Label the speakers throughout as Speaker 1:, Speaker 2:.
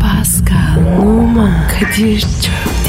Speaker 1: Pascal, Oman, Kadir çok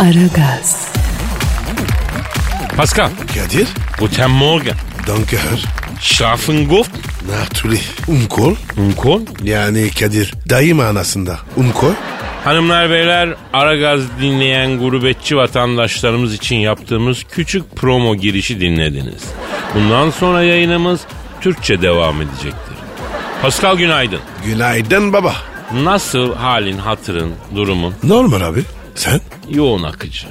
Speaker 1: Aragaz,
Speaker 2: Pascal,
Speaker 3: Kadir.
Speaker 2: guten Morgen.
Speaker 3: Danke her.
Speaker 2: Schlafen gut?
Speaker 3: Natürlich. Umkol.
Speaker 2: Unkol.
Speaker 3: Yani Kadir. Dayı manasında. Umkol.
Speaker 2: Hanımlar beyler Aragaz dinleyen gurbetçi vatandaşlarımız için yaptığımız küçük promo girişi dinlediniz. Bundan sonra yayınımız Türkçe devam edecektir. Pascal günaydın.
Speaker 3: Günaydın baba.
Speaker 2: Nasıl halin, hatırın, durumun?
Speaker 3: Normal abi. Sen?
Speaker 2: Yoğun akıcı.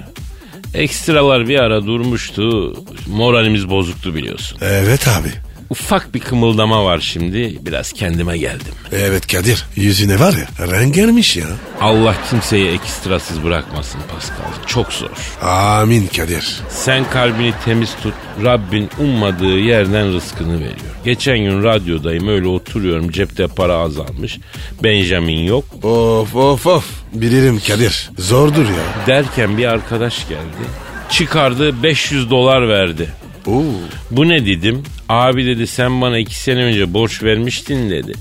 Speaker 2: Ekstralar bir ara durmuştu. Moralimiz bozuktu biliyorsun.
Speaker 3: Evet abi.
Speaker 2: Ufak bir kımıldama var şimdi. Biraz kendime geldim.
Speaker 3: Evet Kadir. Yüzüne var ya. Rengermiş ya.
Speaker 2: Allah kimseyi ekstrasız bırakmasın Pascal. Çok zor.
Speaker 3: Amin Kadir.
Speaker 2: Sen kalbini temiz tut. Rabbin ummadığı yerden rızkını veriyor. Geçen gün radyodayım öyle oturuyorum cepte para azalmış. Benjamin yok.
Speaker 3: Of of of. Bilirim Kadir. Zordur ya.
Speaker 2: Derken bir arkadaş geldi. Çıkardı 500 dolar verdi.
Speaker 3: Oo.
Speaker 2: Bu ne dedim? Abi dedi sen bana iki sene önce borç vermiştin dedi.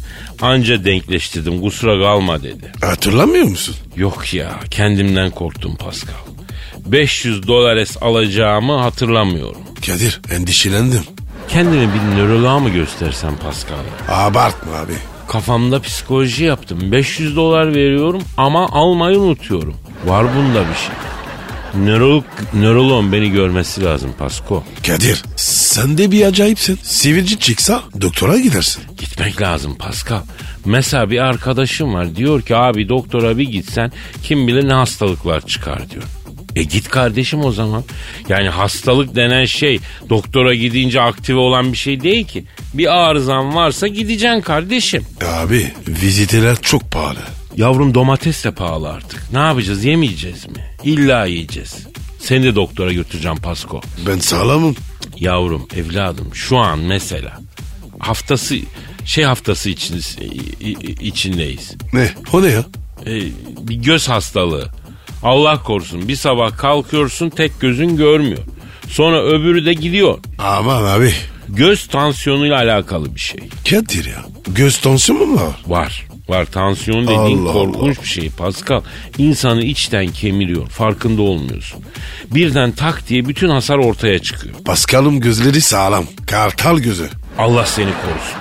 Speaker 2: Anca denkleştirdim kusura kalma dedi.
Speaker 3: Hatırlamıyor musun?
Speaker 2: Yok ya kendimden korktum Pascal. 500 dolares alacağımı hatırlamıyorum.
Speaker 3: Kadir endişelendim.
Speaker 2: Kendimi bir nöroloğa mı göstersem Pascal?
Speaker 3: Abartma abi.
Speaker 2: Kafamda psikoloji yaptım. 500 dolar veriyorum ama almayı unutuyorum. Var bunda bir şey. Nörolog, nöroloğun beni görmesi lazım Pasko.
Speaker 3: Kadir sen de bir acayipsin. Sivilci çıksa doktora gidersin.
Speaker 2: Gitmek lazım Pascal. Mesela bir arkadaşım var diyor ki abi doktora bir gitsen kim bilir ne hastalıklar çıkar diyor. E git kardeşim o zaman. Yani hastalık denen şey doktora gidince aktive olan bir şey değil ki. Bir arızan varsa gideceksin kardeşim.
Speaker 3: E Abi viziteler çok pahalı.
Speaker 2: Yavrum domates de pahalı artık. Ne yapacağız yemeyeceğiz mi? İlla yiyeceğiz. Seni de doktora götüreceğim Pasko.
Speaker 3: Ben sağlamım.
Speaker 2: Yavrum evladım şu an mesela haftası şey haftası için, i- i- içindeyiz.
Speaker 3: Ne? O ne ya?
Speaker 2: Ee, bir göz hastalığı. Allah korusun bir sabah kalkıyorsun tek gözün görmüyor. Sonra öbürü de gidiyor.
Speaker 3: Aman abi.
Speaker 2: Göz tansiyonuyla alakalı bir şey.
Speaker 3: Kadir ya. Göz tansiyonu mu var?
Speaker 2: Var. Var tansiyon dediğin
Speaker 3: Allah
Speaker 2: korkunç bir şey Pascal. İnsanı içten kemiriyor. Farkında olmuyorsun. Birden tak diye bütün hasar ortaya çıkıyor.
Speaker 3: Pascal'ın gözleri sağlam. Kartal gözü.
Speaker 2: Allah seni korusun.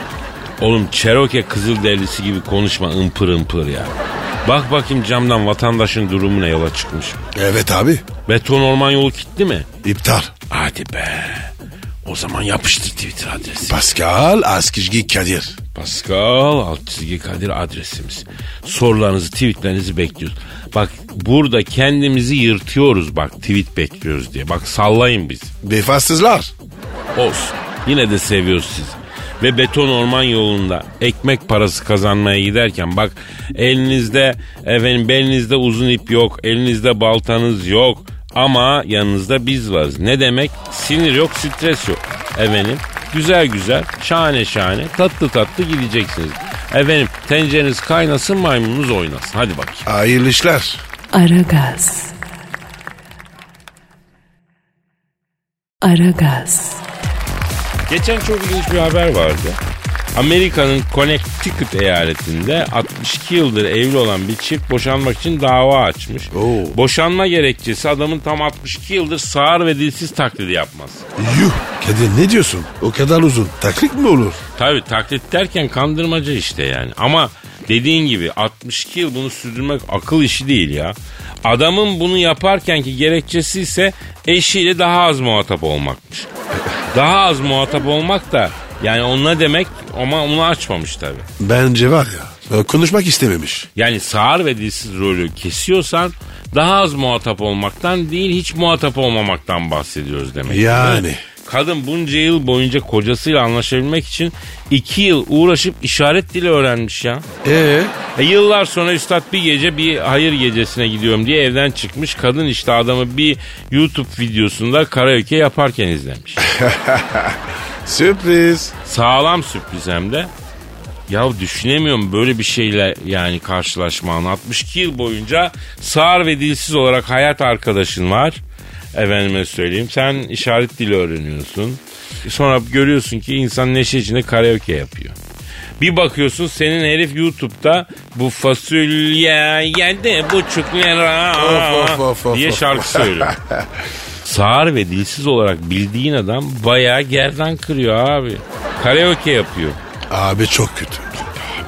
Speaker 2: Oğlum Çeroke Kızılderilisi gibi konuşma ımpır ımpır ya. Bak bakayım camdan vatandaşın durumu ne yola çıkmış. mı?
Speaker 3: Evet abi.
Speaker 2: Beton orman yolu kilitli mi?
Speaker 3: İptal.
Speaker 2: Hadi be. O zaman yapıştır Twitter adresi.
Speaker 3: Pascal Askizgi Kadir.
Speaker 2: Pascal alt çizgi Kadir adresimiz. Sorularınızı, tweetlerinizi bekliyoruz. Bak burada kendimizi yırtıyoruz bak tweet bekliyoruz diye. Bak sallayın biz.
Speaker 3: Vefasızlar.
Speaker 2: Olsun. Yine de seviyoruz sizi. Ve beton orman yolunda ekmek parası kazanmaya giderken bak elinizde efendim belinizde uzun ip yok, elinizde baltanız yok ama yanınızda biz varız. Ne demek? Sinir yok, stres yok. Efendim güzel güzel, şahane şahane, tatlı tatlı gideceksiniz. Efendim tencereniz kaynasın maymununuz oynasın. Hadi bakayım.
Speaker 3: Hayırlı işler.
Speaker 1: Aragaz. Aragaz,
Speaker 2: Geçen çok ilginç bir haber vardı. Amerika'nın Connecticut eyaletinde 62 yıldır evli olan bir çift boşanmak için dava açmış.
Speaker 3: Oo.
Speaker 2: Boşanma gerekçesi adamın tam 62 yıldır sağır ve dilsiz taklidi yapması.
Speaker 3: Yuh. Kadir ne diyorsun? O kadar uzun. Taklit mi olur?
Speaker 2: Tabi taklit derken kandırmaca işte yani. Ama dediğin gibi 62 yıl bunu sürdürmek akıl işi değil ya. Adamın bunu yaparken ki gerekçesi ise eşiyle daha az muhatap olmakmış. Daha az muhatap olmak da yani onunla demek ama onu açmamış tabi.
Speaker 3: Bence var ya. Konuşmak istememiş.
Speaker 2: Yani sağır ve dilsiz rolü kesiyorsan daha az muhatap olmaktan değil hiç muhatap olmamaktan bahsediyoruz demek.
Speaker 3: Yani.
Speaker 2: Kadın bunca yıl boyunca kocasıyla anlaşabilmek için iki yıl uğraşıp işaret dili öğrenmiş ya.
Speaker 3: Ee?
Speaker 2: E, yıllar sonra üstad bir gece bir hayır gecesine gidiyorum diye evden çıkmış. Kadın işte adamı bir YouTube videosunda karaoke yaparken izlemiş.
Speaker 3: Sürpriz.
Speaker 2: Sağlam sürpriz hem de. Ya düşünemiyorum böyle bir şeyle yani karşılaşman. 62 yıl boyunca sağır ve dilsiz olarak hayat arkadaşın var. Efendime söyleyeyim. Sen işaret dili öğreniyorsun. Sonra görüyorsun ki insan neşe içinde karaoke yapıyor. Bir bakıyorsun senin herif YouTube'da bu fasulye yedi buçuk lira
Speaker 3: Of, of, of, of,
Speaker 2: diye
Speaker 3: of.
Speaker 2: şarkı söylüyor. Sağır ve dilsiz olarak bildiğin adam bayağı gerdan kırıyor abi. Karaoke yapıyor.
Speaker 3: Abi çok kötü.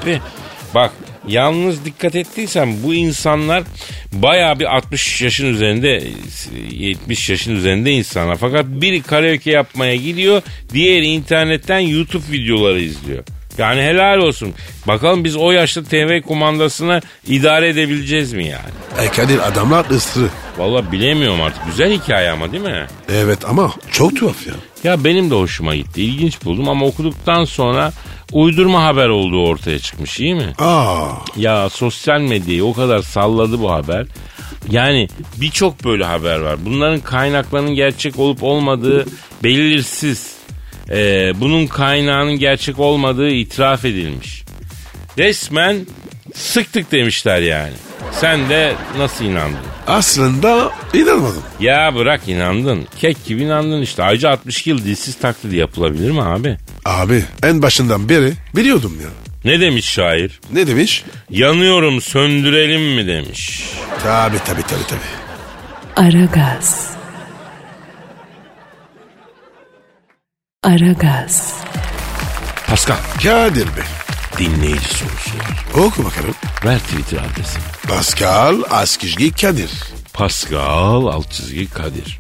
Speaker 2: Abi bak yalnız dikkat ettiysen bu insanlar bayağı bir 60 yaşın üzerinde 70 yaşın üzerinde insanlar. Fakat biri karaoke yapmaya gidiyor diğeri internetten YouTube videoları izliyor. Yani helal olsun. Bakalım biz o yaşta TV kumandasını idare edebileceğiz mi yani?
Speaker 3: E Kadir adamlar ısırı.
Speaker 2: Vallahi bilemiyorum artık. Güzel hikaye ama değil mi?
Speaker 3: Evet ama çok tuhaf ya.
Speaker 2: Ya benim de hoşuma gitti. İlginç buldum ama okuduktan sonra uydurma haber olduğu ortaya çıkmış iyi mi?
Speaker 3: Aa,
Speaker 2: Ya sosyal medyayı o kadar salladı bu haber. Yani birçok böyle haber var. Bunların kaynaklarının gerçek olup olmadığı belirsiz. Ee, bunun kaynağının gerçek olmadığı itiraf edilmiş. Resmen sıktık demişler yani. Sen de nasıl inandın?
Speaker 3: aslında inanmadım.
Speaker 2: Ya bırak inandın. Kek gibi inandın işte. Ayrıca 62 yıl dilsiz taklidi yapılabilir mi abi?
Speaker 3: Abi en başından beri biliyordum ya.
Speaker 2: Ne demiş şair?
Speaker 3: Ne demiş?
Speaker 2: Yanıyorum söndürelim mi demiş.
Speaker 3: Tabi tabi tabi tabi.
Speaker 1: Aragaz. Aragaz.
Speaker 2: Pascal
Speaker 3: Kadir Bey
Speaker 2: dinleyici sorusu var.
Speaker 3: oku bakalım.
Speaker 2: Ver Twitter adresi.
Speaker 3: Pascal Askizgi Kadir.
Speaker 2: Pascal alt çizgi Kadir.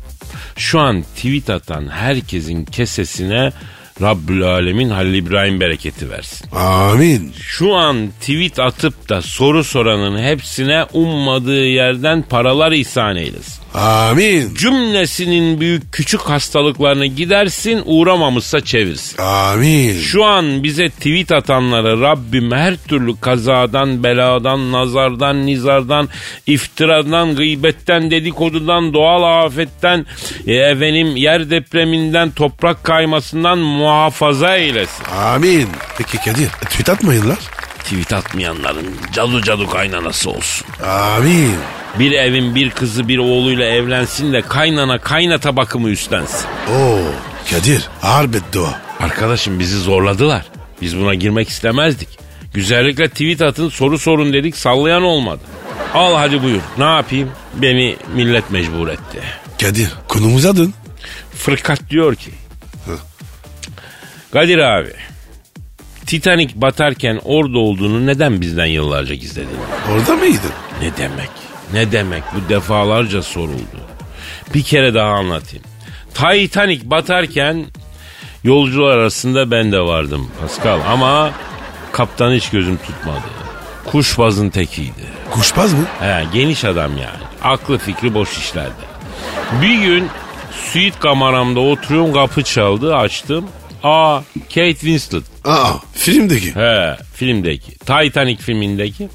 Speaker 2: Şu an tweet atan herkesin kesesine Rabbül Alemin Halil İbrahim bereketi versin.
Speaker 3: Amin.
Speaker 2: Şu an tweet atıp da soru soranın hepsine ummadığı yerden paralar ihsan eylesin.
Speaker 3: Amin.
Speaker 2: cümlesinin büyük küçük hastalıklarını gidersin uğramamışsa çevirsin.
Speaker 3: Amin.
Speaker 2: Şu an bize tweet atanlara Rabbim her türlü kazadan, beladan, nazardan, nizardan, iftiradan, gıybetten, dedikodudan, doğal afetten, e, efendim yer depreminden, toprak kaymasından muhafaza eylesin.
Speaker 3: Amin. Peki Kadir tweet atmayın lan.
Speaker 2: Tweet atmayanların cadu cadu kaynanası olsun.
Speaker 3: Amin.
Speaker 2: Bir evin bir kızı bir oğluyla evlensin de kaynana kaynata bakımı üstlensin.
Speaker 3: Oo Kadir ağır beddua.
Speaker 2: Arkadaşım bizi zorladılar. Biz buna girmek istemezdik. Güzellikle tweet atın soru sorun dedik sallayan olmadı. Al hadi buyur ne yapayım? Beni millet mecbur etti.
Speaker 3: Kadir konumuza dön.
Speaker 2: Fırkat diyor ki. Kadir abi. Titanic batarken orada olduğunu neden bizden yıllarca gizledin?
Speaker 3: Orada mıydın?
Speaker 2: Ne demek? Ne demek? Bu defalarca soruldu. Bir kere daha anlatayım. Titanic batarken yolcular arasında ben de vardım Pascal ama kaptan hiç gözüm tutmadı. Kuşbazın tekiydi.
Speaker 3: Kuşbaz mı?
Speaker 2: He, geniş adam yani. Aklı fikri boş işlerde. Bir gün suite kameramda oturuyorum kapı çaldı açtım. Aa Kate Winslet.
Speaker 3: Aa filmdeki.
Speaker 2: He filmdeki. Titanic filmindeki.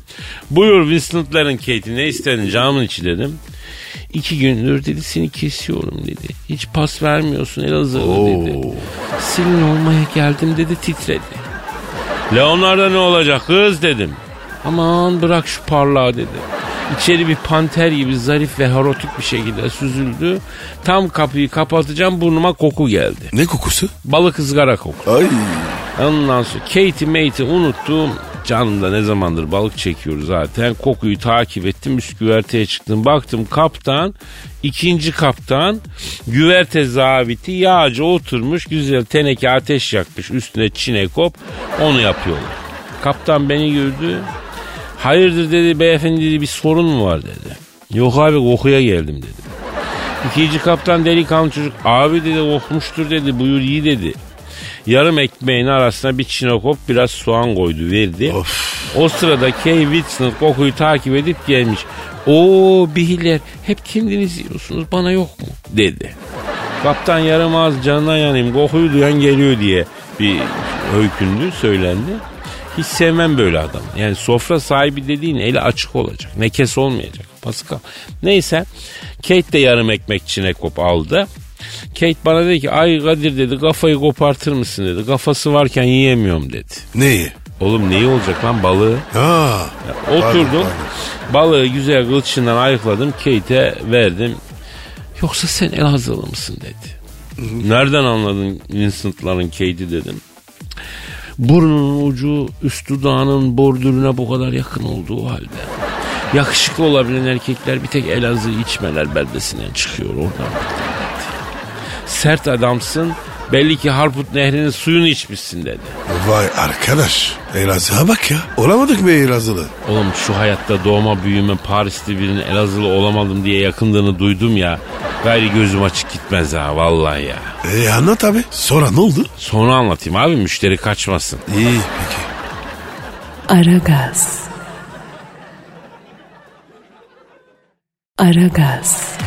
Speaker 2: Buyur Winston'ların Kate'i ne istedin camın içi dedim. İki gündür dedi seni kesiyorum dedi. Hiç pas vermiyorsun Elazığlı dedi. Senin olmaya geldim dedi titredi. Leonardo ne olacak kız dedim. Aman bırak şu parlağı dedi. İçeri bir panter gibi zarif ve harotik bir şekilde süzüldü. Tam kapıyı kapatacağım burnuma koku geldi.
Speaker 3: Ne kokusu?
Speaker 2: Balık ızgara koku.
Speaker 3: Ay.
Speaker 2: Ondan sonra Kate'i mate'i unuttum. Canımda ne zamandır balık çekiyor zaten. Kokuyu takip ettim. Üst güverteye çıktım. Baktım kaptan, ikinci kaptan güverte zabiti yağcı oturmuş. Güzel teneke ateş yakmış. Üstüne çinekop. Onu yapıyorlar. Kaptan beni gördü. Hayırdır dedi beyefendi dedi bir sorun mu var dedi. Yok abi kokuya geldim dedi. İkinci kaptan delikanlı çocuk abi dedi kokmuştur dedi buyur iyi dedi. Yarım ekmeğin arasına bir çinokop biraz soğan koydu verdi.
Speaker 3: Of.
Speaker 2: O sırada Kay Whitson kokuyu takip edip gelmiş. O bihiller hep kendiniz yiyorsunuz bana yok mu dedi. Kaptan yarım ağız canına yanayım kokuyu duyan geliyor diye bir öykündü söylendi. Hiç sevmem böyle adam. Yani sofra sahibi dediğin eli açık olacak. Nekes olmayacak. Pascal. Neyse Kate de yarım ekmek çinekop aldı. Kate bana dedi ki ay Kadir dedi kafayı kopartır mısın dedi. Kafası varken yiyemiyorum dedi.
Speaker 3: Neyi?
Speaker 2: Oğlum neyi olacak lan balığı?
Speaker 3: Ha.
Speaker 2: Oturdum.
Speaker 3: Pardon,
Speaker 2: Balığı güzel kılçığından ayıkladım. Kate'e verdim. Yoksa sen Elazığlı mısın dedi. Nereden anladın Vincent'ların Kate'i dedim. Burnunun ucu üst dudağının bordürüne bu kadar yakın olduğu halde. Yakışıklı olabilen erkekler bir tek Elazığ içmeler beldesinden çıkıyor oradan. Sert adamsın belli ki Harput Nehri'nin suyunu içmişsin dedi.
Speaker 3: Vay arkadaş. Elazığ'a bak ya. Olamadık mı Elazığlı?
Speaker 2: Oğlum şu hayatta doğma büyüme Parisli birinin Elazığlı olamadım diye yakındığını duydum ya. Gayri gözüm açık gitmez ha vallahi ya.
Speaker 3: E anlat abi. Sonra ne oldu?
Speaker 2: Sonra anlatayım abi müşteri kaçmasın.
Speaker 3: İyi peki.
Speaker 1: Aragaz. Aragaz.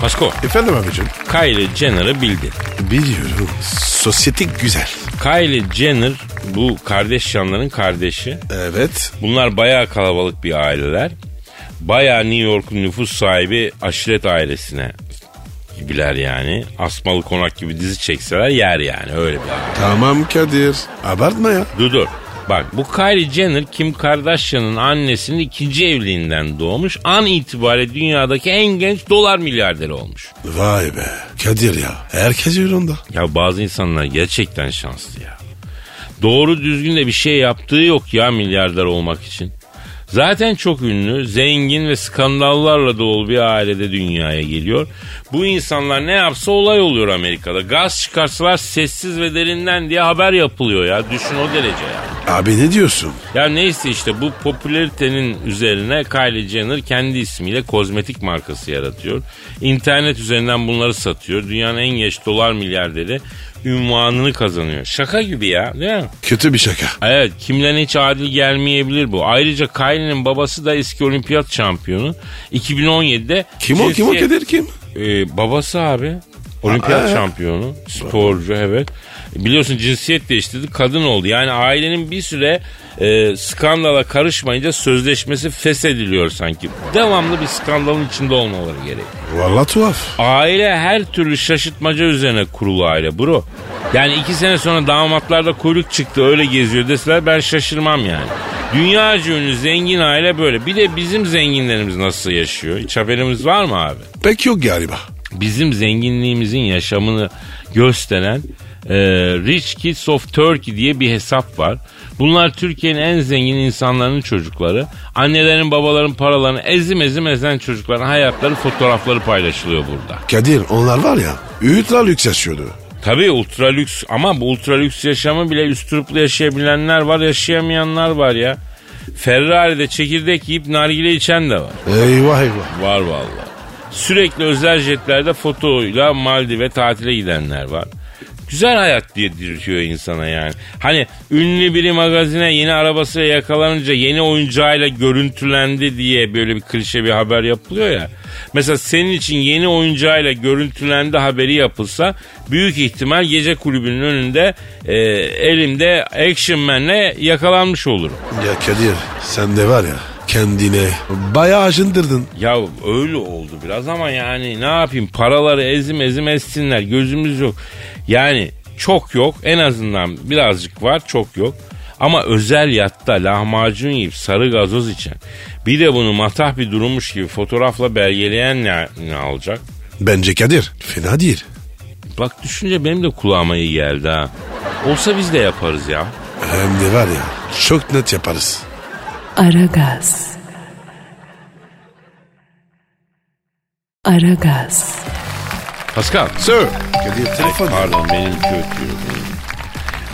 Speaker 2: Pasko,
Speaker 3: Efendim abicim.
Speaker 2: Kylie Jenner'ı bildi.
Speaker 3: Biliyorum. Sosyetik güzel.
Speaker 2: Kylie Jenner bu kardeş yanların kardeşi.
Speaker 3: Evet.
Speaker 2: Bunlar bayağı kalabalık bir aileler. Bayağı New York'un nüfus sahibi aşiret ailesine gibiler yani. Asmalı konak gibi dizi çekseler yer yani öyle bir aile.
Speaker 3: Tamam Kadir. Abartma ya.
Speaker 2: Dur dur. Bak bu Kylie Jenner Kim Kardashian'ın annesinin ikinci evliliğinden doğmuş. An itibariyle dünyadaki en genç dolar milyarderi olmuş.
Speaker 3: Vay be. Kadir ya. Herkes yorunda.
Speaker 2: Ya bazı insanlar gerçekten şanslı ya. Doğru düzgün de bir şey yaptığı yok ya milyarder olmak için. Zaten çok ünlü, zengin ve skandallarla dolu bir ailede dünyaya geliyor. Bu insanlar ne yapsa olay oluyor Amerika'da. Gaz çıkarsalar sessiz ve derinden diye haber yapılıyor ya. Düşün o derece ya.
Speaker 3: Abi ne diyorsun?
Speaker 2: Ya neyse işte bu popülaritenin üzerine Kylie Jenner kendi ismiyle kozmetik markası yaratıyor. İnternet üzerinden bunları satıyor. Dünyanın en genç dolar milyarderi ünvanını kazanıyor. Şaka gibi ya değil mi?
Speaker 3: Kötü bir şaka.
Speaker 2: Evet kimden hiç adil gelmeyebilir bu. Ayrıca Kylie'nin babası da eski olimpiyat şampiyonu. 2017'de...
Speaker 3: Kim o kim o
Speaker 2: cinsiyet-
Speaker 3: Kadir kim?
Speaker 2: ee, babası abi. Olimpiyat şampiyonu. Sporcu evet. Biliyorsun cinsiyet değiştirdi. Kadın oldu. Yani ailenin bir süre e, skandala karışmayınca sözleşmesi feshediliyor sanki. Devamlı bir skandalın içinde olmaları gerek.
Speaker 3: Valla tuhaf.
Speaker 2: Aile her türlü şaşırtmaca üzerine kurulu aile bro. Yani iki sene sonra damatlarda kuyruk çıktı öyle geziyor deseler ben şaşırmam yani. Dünyaca ünlü zengin aile böyle. Bir de bizim zenginlerimiz nasıl yaşıyor? Hiç haberimiz var mı abi?
Speaker 3: Pek yok galiba.
Speaker 2: bizim zenginliğimizin yaşamını gösteren e, Rich Kids of Turkey diye bir hesap var. Bunlar Türkiye'nin en zengin insanların çocukları. Annelerin babaların paralarını ezim ezim ezen çocukların hayatları fotoğrafları paylaşılıyor burada.
Speaker 3: Kadir onlar var ya. Üğütler lüks yaşıyordu.
Speaker 2: Tabii ultra lüks ama bu ultra lüks yaşamı bile üstüruplu yaşayabilenler var yaşayamayanlar var ya. Ferrari'de çekirdek yiyip nargile içen de var.
Speaker 3: Eyvah eyvah.
Speaker 2: Var valla. Sürekli özel jetlerde fotoyla Maldiv'e tatile gidenler var. Güzel hayat diye dirtiyor insana yani. Hani ünlü biri magazine yeni arabasıyla yakalanınca yeni oyuncağıyla görüntülendi diye böyle bir klişe bir haber yapılıyor ya. Mesela senin için yeni oyuncağıyla görüntülendi haberi yapılsa büyük ihtimal gece kulübünün önünde e, elimde Action Man'le yakalanmış olurum.
Speaker 3: Ya Kadir sen de var ya kendine bayağı acındırdın.
Speaker 2: Ya öyle oldu biraz ama yani ne yapayım paraları ezim ezim essinler gözümüz yok. Yani çok yok en azından birazcık var çok yok. Ama özel yatta lahmacun yiyip sarı gazoz içen bir de bunu matah bir durummuş gibi fotoğrafla belgeleyen ne, ne alacak?
Speaker 3: Bence Kadir fena değil.
Speaker 2: Bak düşünce benim de kulağıma iyi geldi ha. Olsa biz de yaparız ya.
Speaker 3: Hem de var ya çok net yaparız.
Speaker 1: Aragaz. Aragaz.
Speaker 2: Pascal.
Speaker 3: Sir. Kadir telefon.
Speaker 2: Pardon benim kötü.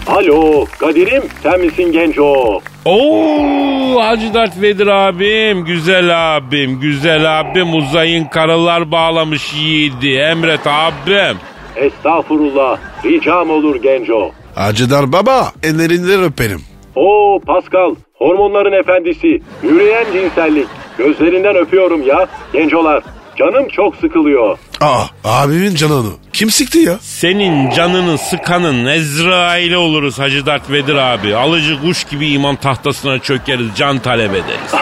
Speaker 4: Alo Kadir'im sen misin genco?
Speaker 2: Oo Hacı Dert Vedir abim, güzel abim, güzel abim uzayın karalar bağlamış yiğidi Emret abim.
Speaker 4: Estağfurullah ricam olur genco.
Speaker 3: Acıdar baba ellerinden öperim.
Speaker 4: Oo Pascal hormonların efendisi yürüyen cinsellik. Gözlerinden öpüyorum ya gencolar. Canım çok sıkılıyor.
Speaker 3: Aa abimin canını. Kim sikti ya?
Speaker 2: Senin canını sıkanın Ezrail'e oluruz Hacı Dert Vedir abi. Alıcı kuş gibi imam tahtasına çökeriz, can talep ederiz.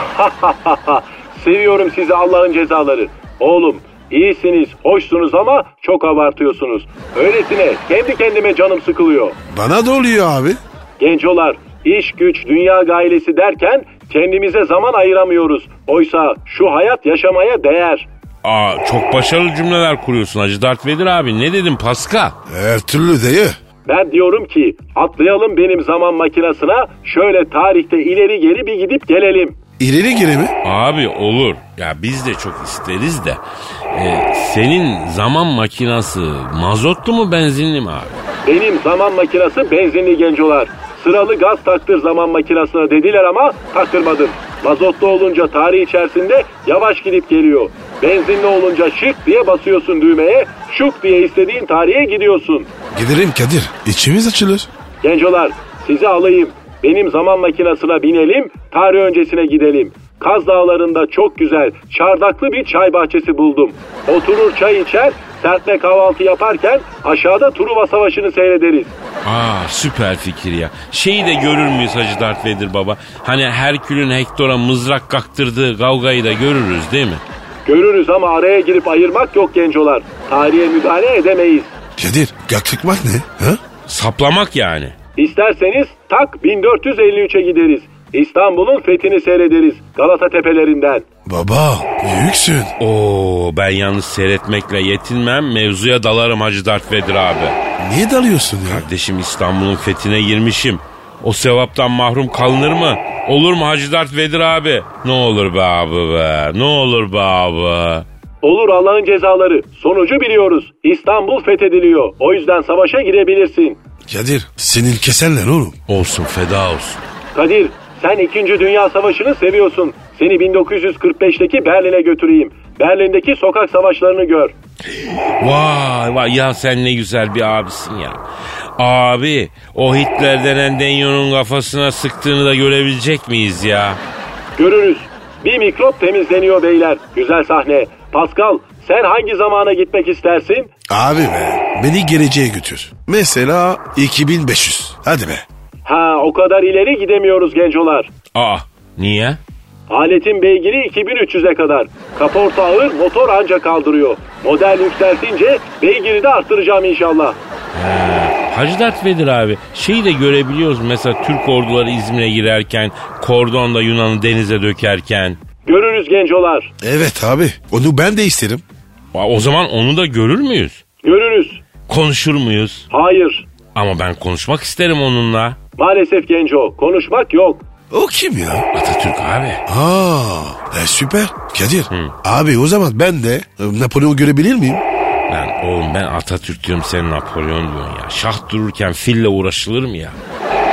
Speaker 4: Seviyorum sizi Allah'ın cezaları. Oğlum iyisiniz, hoşsunuz ama çok abartıyorsunuz. Öylesine kendi kendime canım sıkılıyor.
Speaker 3: Bana da oluyor abi.
Speaker 4: Gencolar, iş güç, dünya gailesi derken kendimize zaman ayıramıyoruz. Oysa şu hayat yaşamaya değer.
Speaker 2: Aa çok başarılı cümleler kuruyorsun Hacı Dert Vedir abi. Ne dedim Pascal?
Speaker 3: Her türlü dayı.
Speaker 4: Ben diyorum ki atlayalım benim zaman makinesine şöyle tarihte ileri geri bir gidip gelelim.
Speaker 3: İleri geri mi?
Speaker 2: Abi olur. Ya biz de çok isteriz de. E, senin zaman makinası mazotlu mu benzinli mi abi?
Speaker 4: Benim zaman makinesi benzinli gencolar. Sıralı gaz taktır zaman makinesine dediler ama taktırmadım. Mazotlu olunca tarih içerisinde yavaş gidip geliyor. Benzinli olunca şık diye basıyorsun düğmeye, şık diye istediğin tarihe gidiyorsun.
Speaker 3: Giderim Kadir. İçimiz açılır.
Speaker 4: Gencolar sizi alayım. Benim zaman makinesine binelim, tarih öncesine gidelim. Kaz Dağları'nda çok güzel, çardaklı bir çay bahçesi buldum. Oturur çay içer, sertme kahvaltı yaparken aşağıda Truva Savaşı'nı seyrederiz.
Speaker 2: Aa süper fikir ya. Şeyi de görür müyüz Hacı Dert Vedir baba? Hani Herkül'ün Hektor'a mızrak kaktırdığı kavgayı da görürüz değil mi?
Speaker 4: Görürüz ama araya girip ayırmak yok gencolar. Tarihe müdahale edemeyiz.
Speaker 3: Kadir yaktıkmak ne? Ha?
Speaker 2: Saplamak yani.
Speaker 4: İsterseniz tak 1453'e gideriz. İstanbul'un fethini seyrederiz Galata tepelerinden.
Speaker 3: Baba büyüksün.
Speaker 2: Oo ben yalnız seyretmekle yetinmem. Mevzuya dalarım Hacı Dert Vedir abi.
Speaker 3: Niye dalıyorsun ya?
Speaker 2: Kardeşim İstanbul'un fethine girmişim. O sevaptan mahrum kalınır mı? Olur mu Hacı Dert Vedir abi? Ne olur be abi be. Ne olur be abi.
Speaker 4: Olur Allah'ın cezaları. Sonucu biliyoruz. İstanbul fethediliyor. O yüzden savaşa girebilirsin.
Speaker 3: Kadir senin kesenler oğlum.
Speaker 2: Olsun feda olsun.
Speaker 4: Kadir sen 2. Dünya Savaşı'nı seviyorsun. Seni 1945'teki Berlin'e götüreyim. Berlin'deki sokak savaşlarını gör.
Speaker 2: Vay vay ya sen ne güzel bir abisin ya. Abi o Hitler denen Denyo'nun kafasına sıktığını da görebilecek miyiz ya?
Speaker 4: Görürüz. Bir mikrop temizleniyor beyler. Güzel sahne. Pascal sen hangi zamana gitmek istersin?
Speaker 3: Abi be beni geleceğe götür. Mesela 2500. Hadi be.
Speaker 4: Ha o kadar ileri gidemiyoruz gencolar.
Speaker 2: Aa niye?
Speaker 4: Aletin beygiri 2300'e kadar. Kaporta ağır, motor anca kaldırıyor. Model yükseltince beygiri de arttıracağım inşallah.
Speaker 2: Hacı Dert Vedir abi şeyi de görebiliyoruz mesela Türk orduları İzmir'e girerken kordonda Yunan'ı denize dökerken.
Speaker 4: Görürüz gencolar.
Speaker 3: Evet abi onu ben de isterim.
Speaker 2: Va- O zaman onu da görür müyüz?
Speaker 4: Görürüz.
Speaker 2: Konuşur muyuz?
Speaker 4: Hayır.
Speaker 2: Ama ben konuşmak isterim onunla.
Speaker 4: Maalesef genco. Konuşmak yok.
Speaker 3: O kim ya?
Speaker 2: Atatürk abi.
Speaker 3: Aa e, süper. Kadir abi o zaman ben de e, Napolyon görebilir miyim?
Speaker 2: Lan oğlum ben Atatürk diyorum sen Napolyon diyorsun ya. Şah dururken fille uğraşılır mı ya?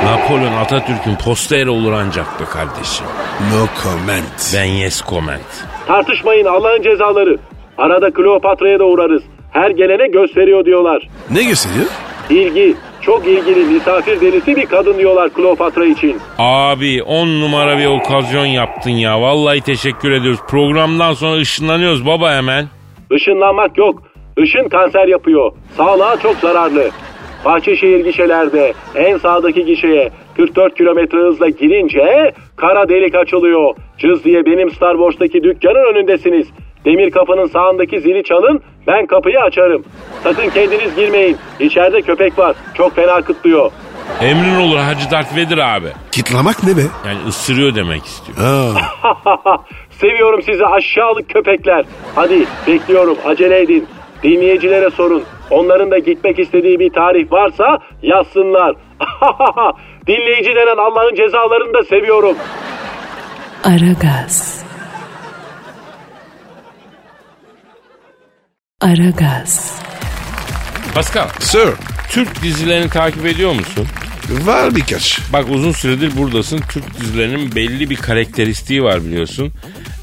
Speaker 2: Napolyon Atatürk'ün posteri olur ancak be kardeşim.
Speaker 3: No comment.
Speaker 2: Ben yes comment.
Speaker 4: Tartışmayın Allah'ın cezaları. Arada Kleopatra'ya da uğrarız. Her gelene gösteriyor diyorlar.
Speaker 3: Ne gösteriyor?
Speaker 4: İlgi. Çok ilgili misafir delisi bir kadın diyorlar Kleopatra için.
Speaker 2: Abi on numara bir okazyon yaptın ya. Vallahi teşekkür ediyoruz. Programdan sonra ışınlanıyoruz baba hemen.
Speaker 4: Işınlanmak yok. Işın kanser yapıyor. Sağlığa çok zararlı. Bahçeşehir gişelerde en sağdaki gişeye 44 kilometre hızla girince kara delik açılıyor. Cız diye benim Star Wars'taki dükkanın önündesiniz. Demir kapının sağındaki zili çalın ben kapıyı açarım. Sakın kendiniz girmeyin. İçeride köpek var. Çok fena kıtlıyor.
Speaker 2: Emrin olur Hacı Dert Vedir abi.
Speaker 3: Kitlamak ne be?
Speaker 2: Yani ısırıyor demek istiyor.
Speaker 3: Aa,
Speaker 4: Seviyorum sizi aşağılık köpekler. Hadi bekliyorum acele edin. Dinleyicilere sorun. Onların da gitmek istediği bir tarih varsa yazsınlar. Dinleyici denen Allah'ın cezalarını da seviyorum.
Speaker 1: Aragaz. Aragaz.
Speaker 2: Pascal,
Speaker 3: sir
Speaker 2: Türk dizilerini takip ediyor musun?
Speaker 3: var birkaç.
Speaker 2: Bak uzun süredir buradasın. Türk dizilerinin belli bir karakteristiği var biliyorsun.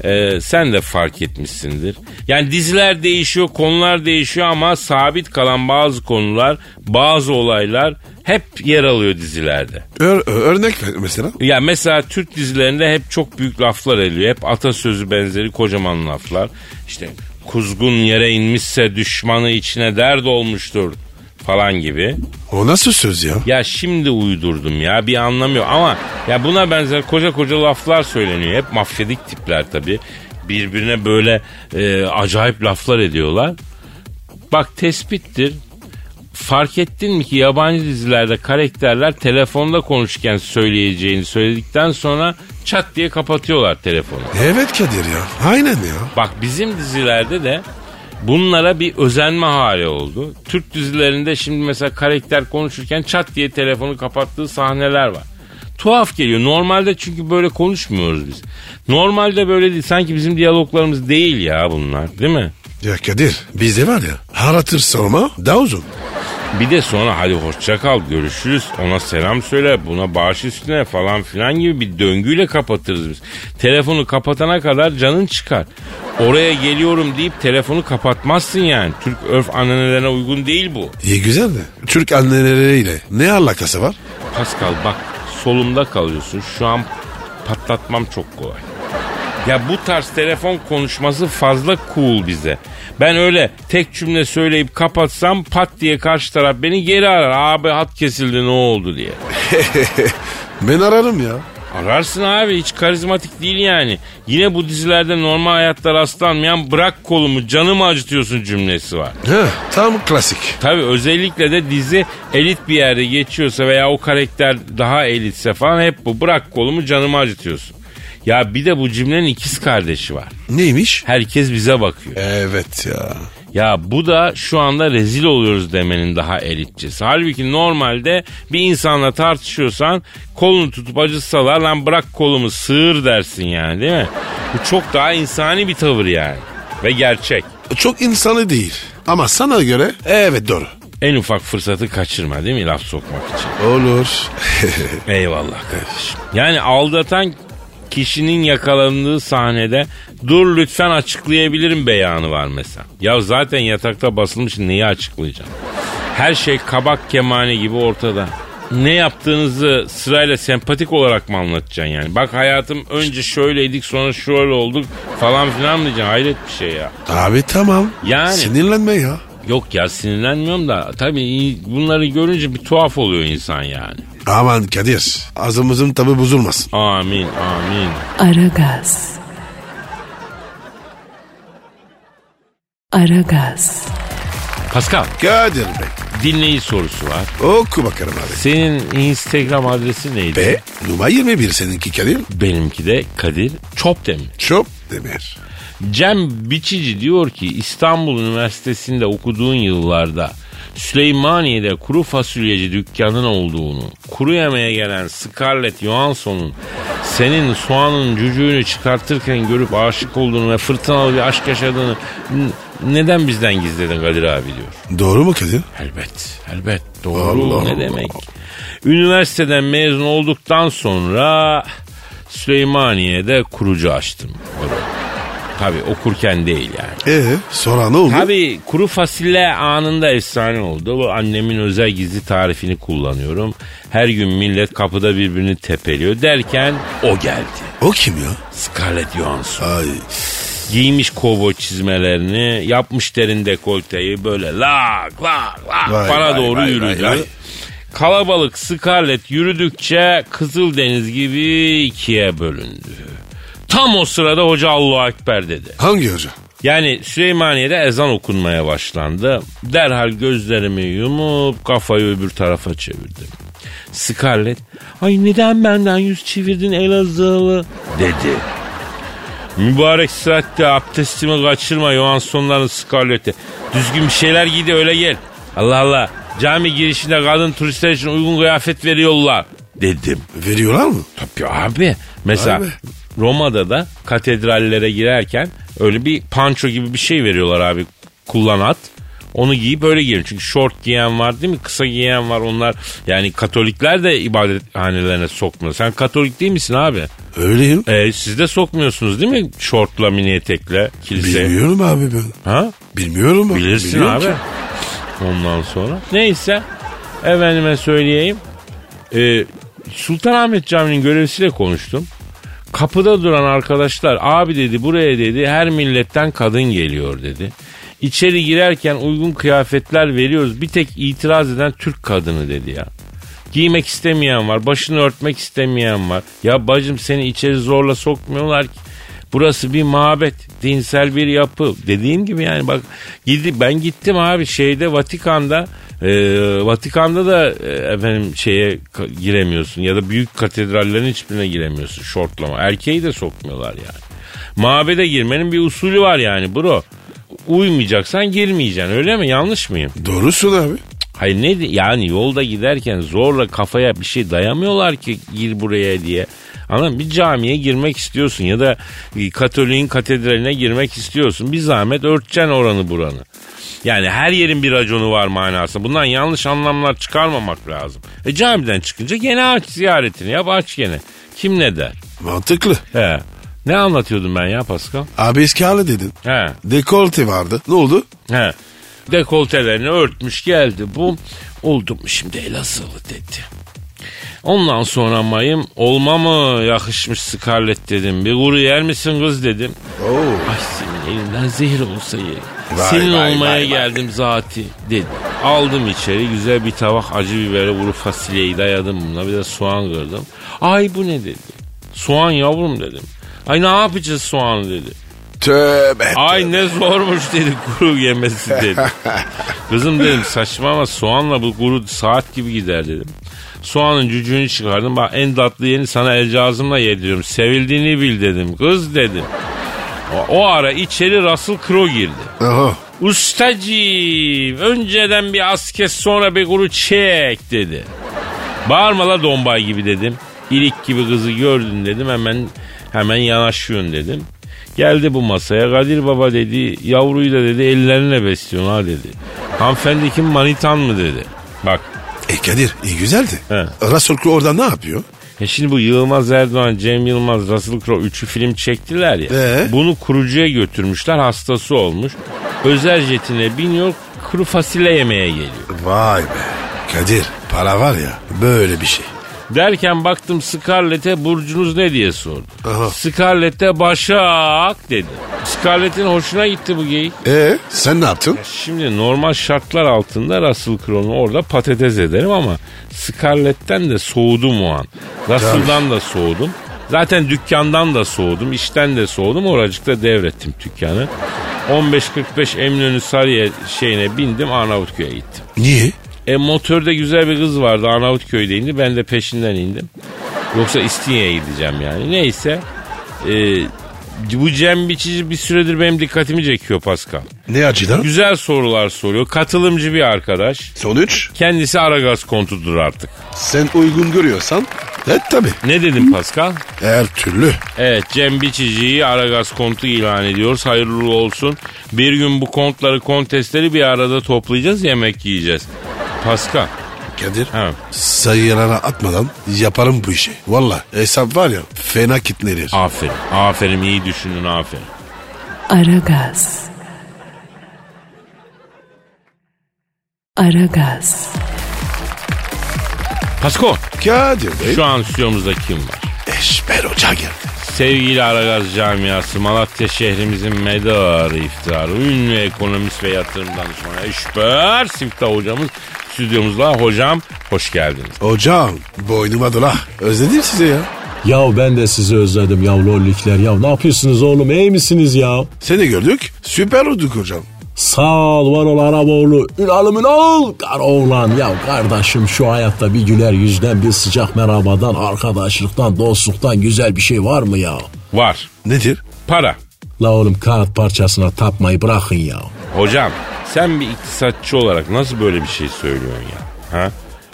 Speaker 2: Ee, sen de fark etmişsindir. Yani diziler değişiyor, konular değişiyor ama sabit kalan bazı konular, bazı olaylar hep yer alıyor dizilerde.
Speaker 3: Ör- e, örnek ver mesela.
Speaker 2: Ya mesela Türk dizilerinde hep çok büyük laflar ediyor. Hep atasözü benzeri kocaman laflar. İşte kuzgun yere inmişse düşmanı içine dert olmuştur falan gibi.
Speaker 3: O nasıl söz ya?
Speaker 2: Ya şimdi uydurdum ya bir anlamıyor ama ya buna benzer koca koca laflar söyleniyor. Hep mafyadik tipler tabii. Birbirine böyle e, acayip laflar ediyorlar. Bak tespittir. Fark ettin mi ki yabancı dizilerde karakterler telefonda konuşurken söyleyeceğini söyledikten sonra çat diye kapatıyorlar telefonu.
Speaker 3: Evet Kadir ya. Aynen ya.
Speaker 2: Bak bizim dizilerde de bunlara bir özenme hali oldu. Türk dizilerinde şimdi mesela karakter konuşurken çat diye telefonu kapattığı sahneler var. Tuhaf geliyor. Normalde çünkü böyle konuşmuyoruz biz. Normalde böyle değil. Sanki bizim diyaloglarımız değil ya bunlar değil mi?
Speaker 3: Ya Kadir bizde var ya. Haratır sorma daha uzun.
Speaker 2: Bir de sonra hadi hoşça kal görüşürüz ona selam söyle buna bağış üstüne falan filan gibi bir döngüyle kapatırız biz. Telefonu kapatana kadar canın çıkar. Oraya geliyorum deyip telefonu kapatmazsın yani. Türk örf annelerine uygun değil bu.
Speaker 3: İyi güzel de. Türk anneleriyle ne alakası var?
Speaker 2: Pascal bak solumda kalıyorsun şu an patlatmam çok kolay. Ya bu tarz telefon konuşması fazla cool bize. Ben öyle tek cümle söyleyip kapatsam pat diye karşı taraf beni geri arar. Abi hat kesildi ne oldu diye.
Speaker 3: Ben ararım ya.
Speaker 2: Ararsın abi hiç karizmatik değil yani. Yine bu dizilerde normal hayatta rastlanmayan bırak kolumu canımı acıtıyorsun cümlesi var.
Speaker 3: Heh, tam klasik.
Speaker 2: Tabi özellikle de dizi elit bir yerde geçiyorsa veya o karakter daha elitse falan hep bu bırak kolumu canımı acıtıyorsun. Ya bir de bu cümlenin ikiz kardeşi var.
Speaker 3: Neymiş?
Speaker 2: Herkes bize bakıyor.
Speaker 3: Evet ya.
Speaker 2: Ya bu da şu anda rezil oluyoruz demenin daha elitçesi. Halbuki normalde bir insanla tartışıyorsan kolunu tutup acıtsalar lan bırak kolumu sığır dersin yani değil mi? Bu çok daha insani bir tavır yani. Ve gerçek.
Speaker 3: Çok insanı değil. Ama sana göre evet doğru.
Speaker 2: En ufak fırsatı kaçırma değil mi laf sokmak için?
Speaker 3: Olur.
Speaker 2: Eyvallah kardeşim. Yani aldatan kişinin yakalandığı sahnede dur lütfen açıklayabilirim beyanı var mesela. Ya zaten yatakta basılmış neyi açıklayacağım? Her şey kabak kemane gibi ortada. Ne yaptığınızı sırayla sempatik olarak mı anlatacaksın yani? Bak hayatım önce şöyleydik sonra şöyle olduk falan filan mı diyeceksin? Hayret bir şey ya.
Speaker 3: Abi tamam.
Speaker 2: Yani.
Speaker 3: Sinirlenme ya.
Speaker 2: Yok ya sinirlenmiyorum da tabii bunları görünce bir tuhaf oluyor insan yani.
Speaker 3: Aman Kadir. Ağzımızın tabi bozulmasın.
Speaker 2: Amin amin.
Speaker 1: Aragaz. Aragaz.
Speaker 2: Pascal
Speaker 3: Kadir Bey.
Speaker 2: dinleyici sorusu var.
Speaker 3: Oku bakalım abi.
Speaker 2: Senin Instagram adresi neydi?
Speaker 3: Ve numara 21 seninki Kadir.
Speaker 2: Benimki de Kadir Çopdemir.
Speaker 3: Çok demir.
Speaker 2: Cem Biçici diyor ki İstanbul Üniversitesi'nde okuduğun yıllarda Süleymaniye'de kuru fasulyeci dükkanın olduğunu, kuru yemeğe gelen Scarlett Johansson'un senin soğanın cücüğünü çıkartırken görüp aşık olduğunu ve fırtınalı bir aşk yaşadığını n- neden bizden gizledin Kadir abi diyor.
Speaker 3: Doğru mu Kadir?
Speaker 2: Elbet, elbet. Doğru
Speaker 3: Allah
Speaker 2: ne
Speaker 3: Allah.
Speaker 2: demek? Üniversiteden mezun olduktan sonra Süleymaniye'de kurucu açtım. Tabi okurken değil yani.
Speaker 3: Ee, sonra ne oldu?
Speaker 2: Tabi kuru fasulye anında efsane oldu. Bu annemin özel gizli tarifini kullanıyorum. Her gün millet kapıda birbirini tepeliyor derken o geldi.
Speaker 3: O kim ya?
Speaker 2: Scarlett Johansson.
Speaker 3: Ay.
Speaker 2: Giymiş kovboy çizmelerini, yapmış derin dekolteyi böyle lak lak lak
Speaker 3: Vay,
Speaker 2: bana
Speaker 3: vay,
Speaker 2: doğru
Speaker 3: vay,
Speaker 2: yürüdü.
Speaker 3: vay, vay.
Speaker 2: Kalabalık Scarlett yürüdükçe Kızıldeniz gibi ikiye bölündü. Tam o sırada hoca Allahu Ekber dedi.
Speaker 3: Hangi hoca?
Speaker 2: Yani Süleymaniye'de ezan okunmaya başlandı. Derhal gözlerimi yumup kafayı öbür tarafa çevirdim. Scarlett, ay neden benden yüz çevirdin Elazığlı dedi. Mübarek saatte abdestimi kaçırma Johanssonların Scarlett'i. Düzgün bir şeyler giy de öyle gel. Allah Allah cami girişinde kadın turistler için uygun kıyafet veriyorlar dedim.
Speaker 3: Veriyorlar mı?
Speaker 2: Tabii abi. Mesela
Speaker 3: Abi.
Speaker 2: Roma'da da katedrallere girerken öyle bir panço gibi bir şey veriyorlar abi. Kullan at. Onu giyip öyle girin. Çünkü şort giyen var değil mi? Kısa giyen var. Onlar yani Katolikler de ibadethanelerine sokmuyor. Sen Katolik değil misin abi?
Speaker 3: Öyleyim.
Speaker 2: Ee, siz de sokmuyorsunuz değil mi? Şortla, mini etekle kiliseye.
Speaker 3: Bilmiyorum abi ben.
Speaker 2: Ha?
Speaker 3: Bilmiyorum abi.
Speaker 2: Bilirsin
Speaker 3: Biliyorum
Speaker 2: abi.
Speaker 3: ki.
Speaker 2: Ondan sonra. Neyse. Efendime söyleyeyim. Ee, Sultanahmet Camii'nin görevlisiyle konuştum. Kapıda duran arkadaşlar abi dedi buraya dedi her milletten kadın geliyor dedi. İçeri girerken uygun kıyafetler veriyoruz. Bir tek itiraz eden Türk kadını dedi ya. Giymek istemeyen var, başını örtmek istemeyen var. Ya bacım seni içeri zorla sokmuyorlar ki. Burası bir mabet, dinsel bir yapı. Dediğim gibi yani bak gidi ben gittim abi şeyde Vatikan'da e, Vatikan'da da e, efendim şeye ka- giremiyorsun ya da büyük katedrallerin hiçbirine giremiyorsun şortlama. Erkeği de sokmuyorlar yani. Mabede girmenin bir usulü var yani bro. Uymayacaksan girmeyeceksin öyle mi? Yanlış mıyım?
Speaker 3: Doğrusun abi.
Speaker 2: Hayır ne di- yani yolda giderken zorla kafaya bir şey dayamıyorlar ki gir buraya diye. Anladın mı? bir camiye girmek istiyorsun ya da bir Katolik'in katedraline girmek istiyorsun. Bir zahmet örteceksin oranı buranı. Yani her yerin bir raconu var manasında. Bundan yanlış anlamlar çıkarmamak lazım. E camiden çıkınca gene aç ziyaretini yap aç gene. Kim ne der?
Speaker 3: Mantıklı.
Speaker 2: He. Ne anlatıyordum ben ya Pascal?
Speaker 3: Abi eskalı dedin.
Speaker 2: He.
Speaker 3: Dekolte vardı. Ne oldu?
Speaker 2: He. Dekoltelerini örtmüş geldi. Bu oldu mu şimdi Elazığlı dedi. Ondan sonra mayım olma mı yakışmış Scarlett dedim. Bir kuru yer misin kız dedim.
Speaker 3: Oo.
Speaker 2: Ay senin elinden zehir olsa yerim.
Speaker 3: Vay,
Speaker 2: Senin
Speaker 3: vay,
Speaker 2: olmaya
Speaker 3: vay, vay.
Speaker 2: geldim zati dedi. Aldım içeri güzel bir tabak acı biberi vuru fasulyeyi dayadım buna bir de soğan kırdım. Ay bu ne dedi. Soğan yavrum dedim. Ay ne yapacağız soğanı dedi.
Speaker 3: Tövbe.
Speaker 2: Ay ne zormuş dedi kuru yemesi dedi. Kızım dedim saçma ama soğanla bu kuru saat gibi gider dedim. Soğanın cücüğünü çıkardım. Bak en tatlı yeni sana el cazımla yediriyorum. Sevildiğini bil dedim. Kız dedim. O, o ara içeri Russell Crowe girdi.
Speaker 3: Aha.
Speaker 2: Ustacığım önceden bir az kes sonra bir kuru çek dedi. Bağırma la dombay gibi dedim. İlik gibi kızı gördün dedim hemen hemen yanaşıyorsun dedim. Geldi bu masaya Kadir Baba dedi yavruyu da dedi ellerine besliyorsun ha dedi. Hanımefendi kim manitan mı dedi. Bak
Speaker 3: E Kadir iyi güzeldi.
Speaker 2: He.
Speaker 3: Russell Crowe orada ne yapıyor?
Speaker 2: E şimdi bu Yılmaz Erdoğan, Cem Yılmaz, Russell Crowe üçü film çektiler ya.
Speaker 3: Ee?
Speaker 2: Bunu kurucuya götürmüşler hastası olmuş. Özel jetine biniyor kuru fasulye yemeye geliyor.
Speaker 3: Vay be. Kadir para var ya böyle bir şey.
Speaker 2: Derken baktım Scarlett'e burcunuz ne diye sordu.
Speaker 3: Aha.
Speaker 2: Scarlett'e Başak dedi. Scarlett'in hoşuna gitti bu geyik.
Speaker 3: E sen ne yaptın?
Speaker 2: Şimdi normal şartlar altında Russell Crowe'nu orada patates ederim ama Scarlett'ten de soğudum o an. Russell'dan da soğudum. Zaten dükkandan da soğudum, işten de soğudum. Oracıkta devrettim dükkanı. 15.45 Eminönü Sarıya şeyine bindim Arnavutköy'e gittim.
Speaker 3: Niye?
Speaker 2: E motörde güzel bir kız vardı Arnavutköy'de indi. Ben de peşinden indim. Yoksa İstinye'ye gideceğim yani. Neyse. E, bu Cem Biçici bir süredir benim dikkatimi çekiyor Pascal.
Speaker 3: Ne acıdan?
Speaker 2: Güzel sorular soruyor. Katılımcı bir arkadaş.
Speaker 3: Sonuç
Speaker 2: Kendisi Aragaz kontudur artık.
Speaker 3: sen uygun görüyorsan. Evet tabi.
Speaker 2: Ne dedim Pascal?
Speaker 3: E, Her türlü.
Speaker 2: Evet Cem Biçici'yi Aragaz kontu ilan ediyoruz. Hayırlı olsun. Bir gün bu kontları kontestleri bir arada toplayacağız yemek yiyeceğiz. Pascal.
Speaker 3: Kadir
Speaker 2: Ha.
Speaker 3: sayılara atmadan yaparım bu işi. Valla hesap var ya fena kitlenir.
Speaker 2: Aferin. Aferin iyi düşündün aferin.
Speaker 1: Aragaz. Aragaz.
Speaker 2: Pasko
Speaker 3: Kadir Bey.
Speaker 2: şu an stüdyomuzda kim var?
Speaker 3: Eşber Hoca geldi.
Speaker 2: Sevgili Aragaz camiası Malatya şehrimizin medarı iftiharı ünlü ekonomist ve yatırım danışmanı Eşber Siftah hocamız stüdyomuzda. Hocam hoş geldiniz.
Speaker 3: Hocam boynuma dola. Özledim sizi ya.
Speaker 5: Ya ben de sizi özledim ya lollikler ya. Ne yapıyorsunuz oğlum iyi misiniz ya?
Speaker 3: Seni gördük süper olduk hocam.
Speaker 5: Sağ ol var ol Arap oğlu. Ülalım ol kar oğlan. Ya kardeşim şu hayatta bir güler yüzden bir sıcak merhabadan arkadaşlıktan dostluktan güzel bir şey var mı ya?
Speaker 2: Var.
Speaker 3: Nedir?
Speaker 2: Para.
Speaker 5: La oğlum kağıt parçasına tapmayı bırakın ya.
Speaker 2: Hocam sen bir iktisatçı olarak nasıl böyle bir şey söylüyorsun ya? Ha?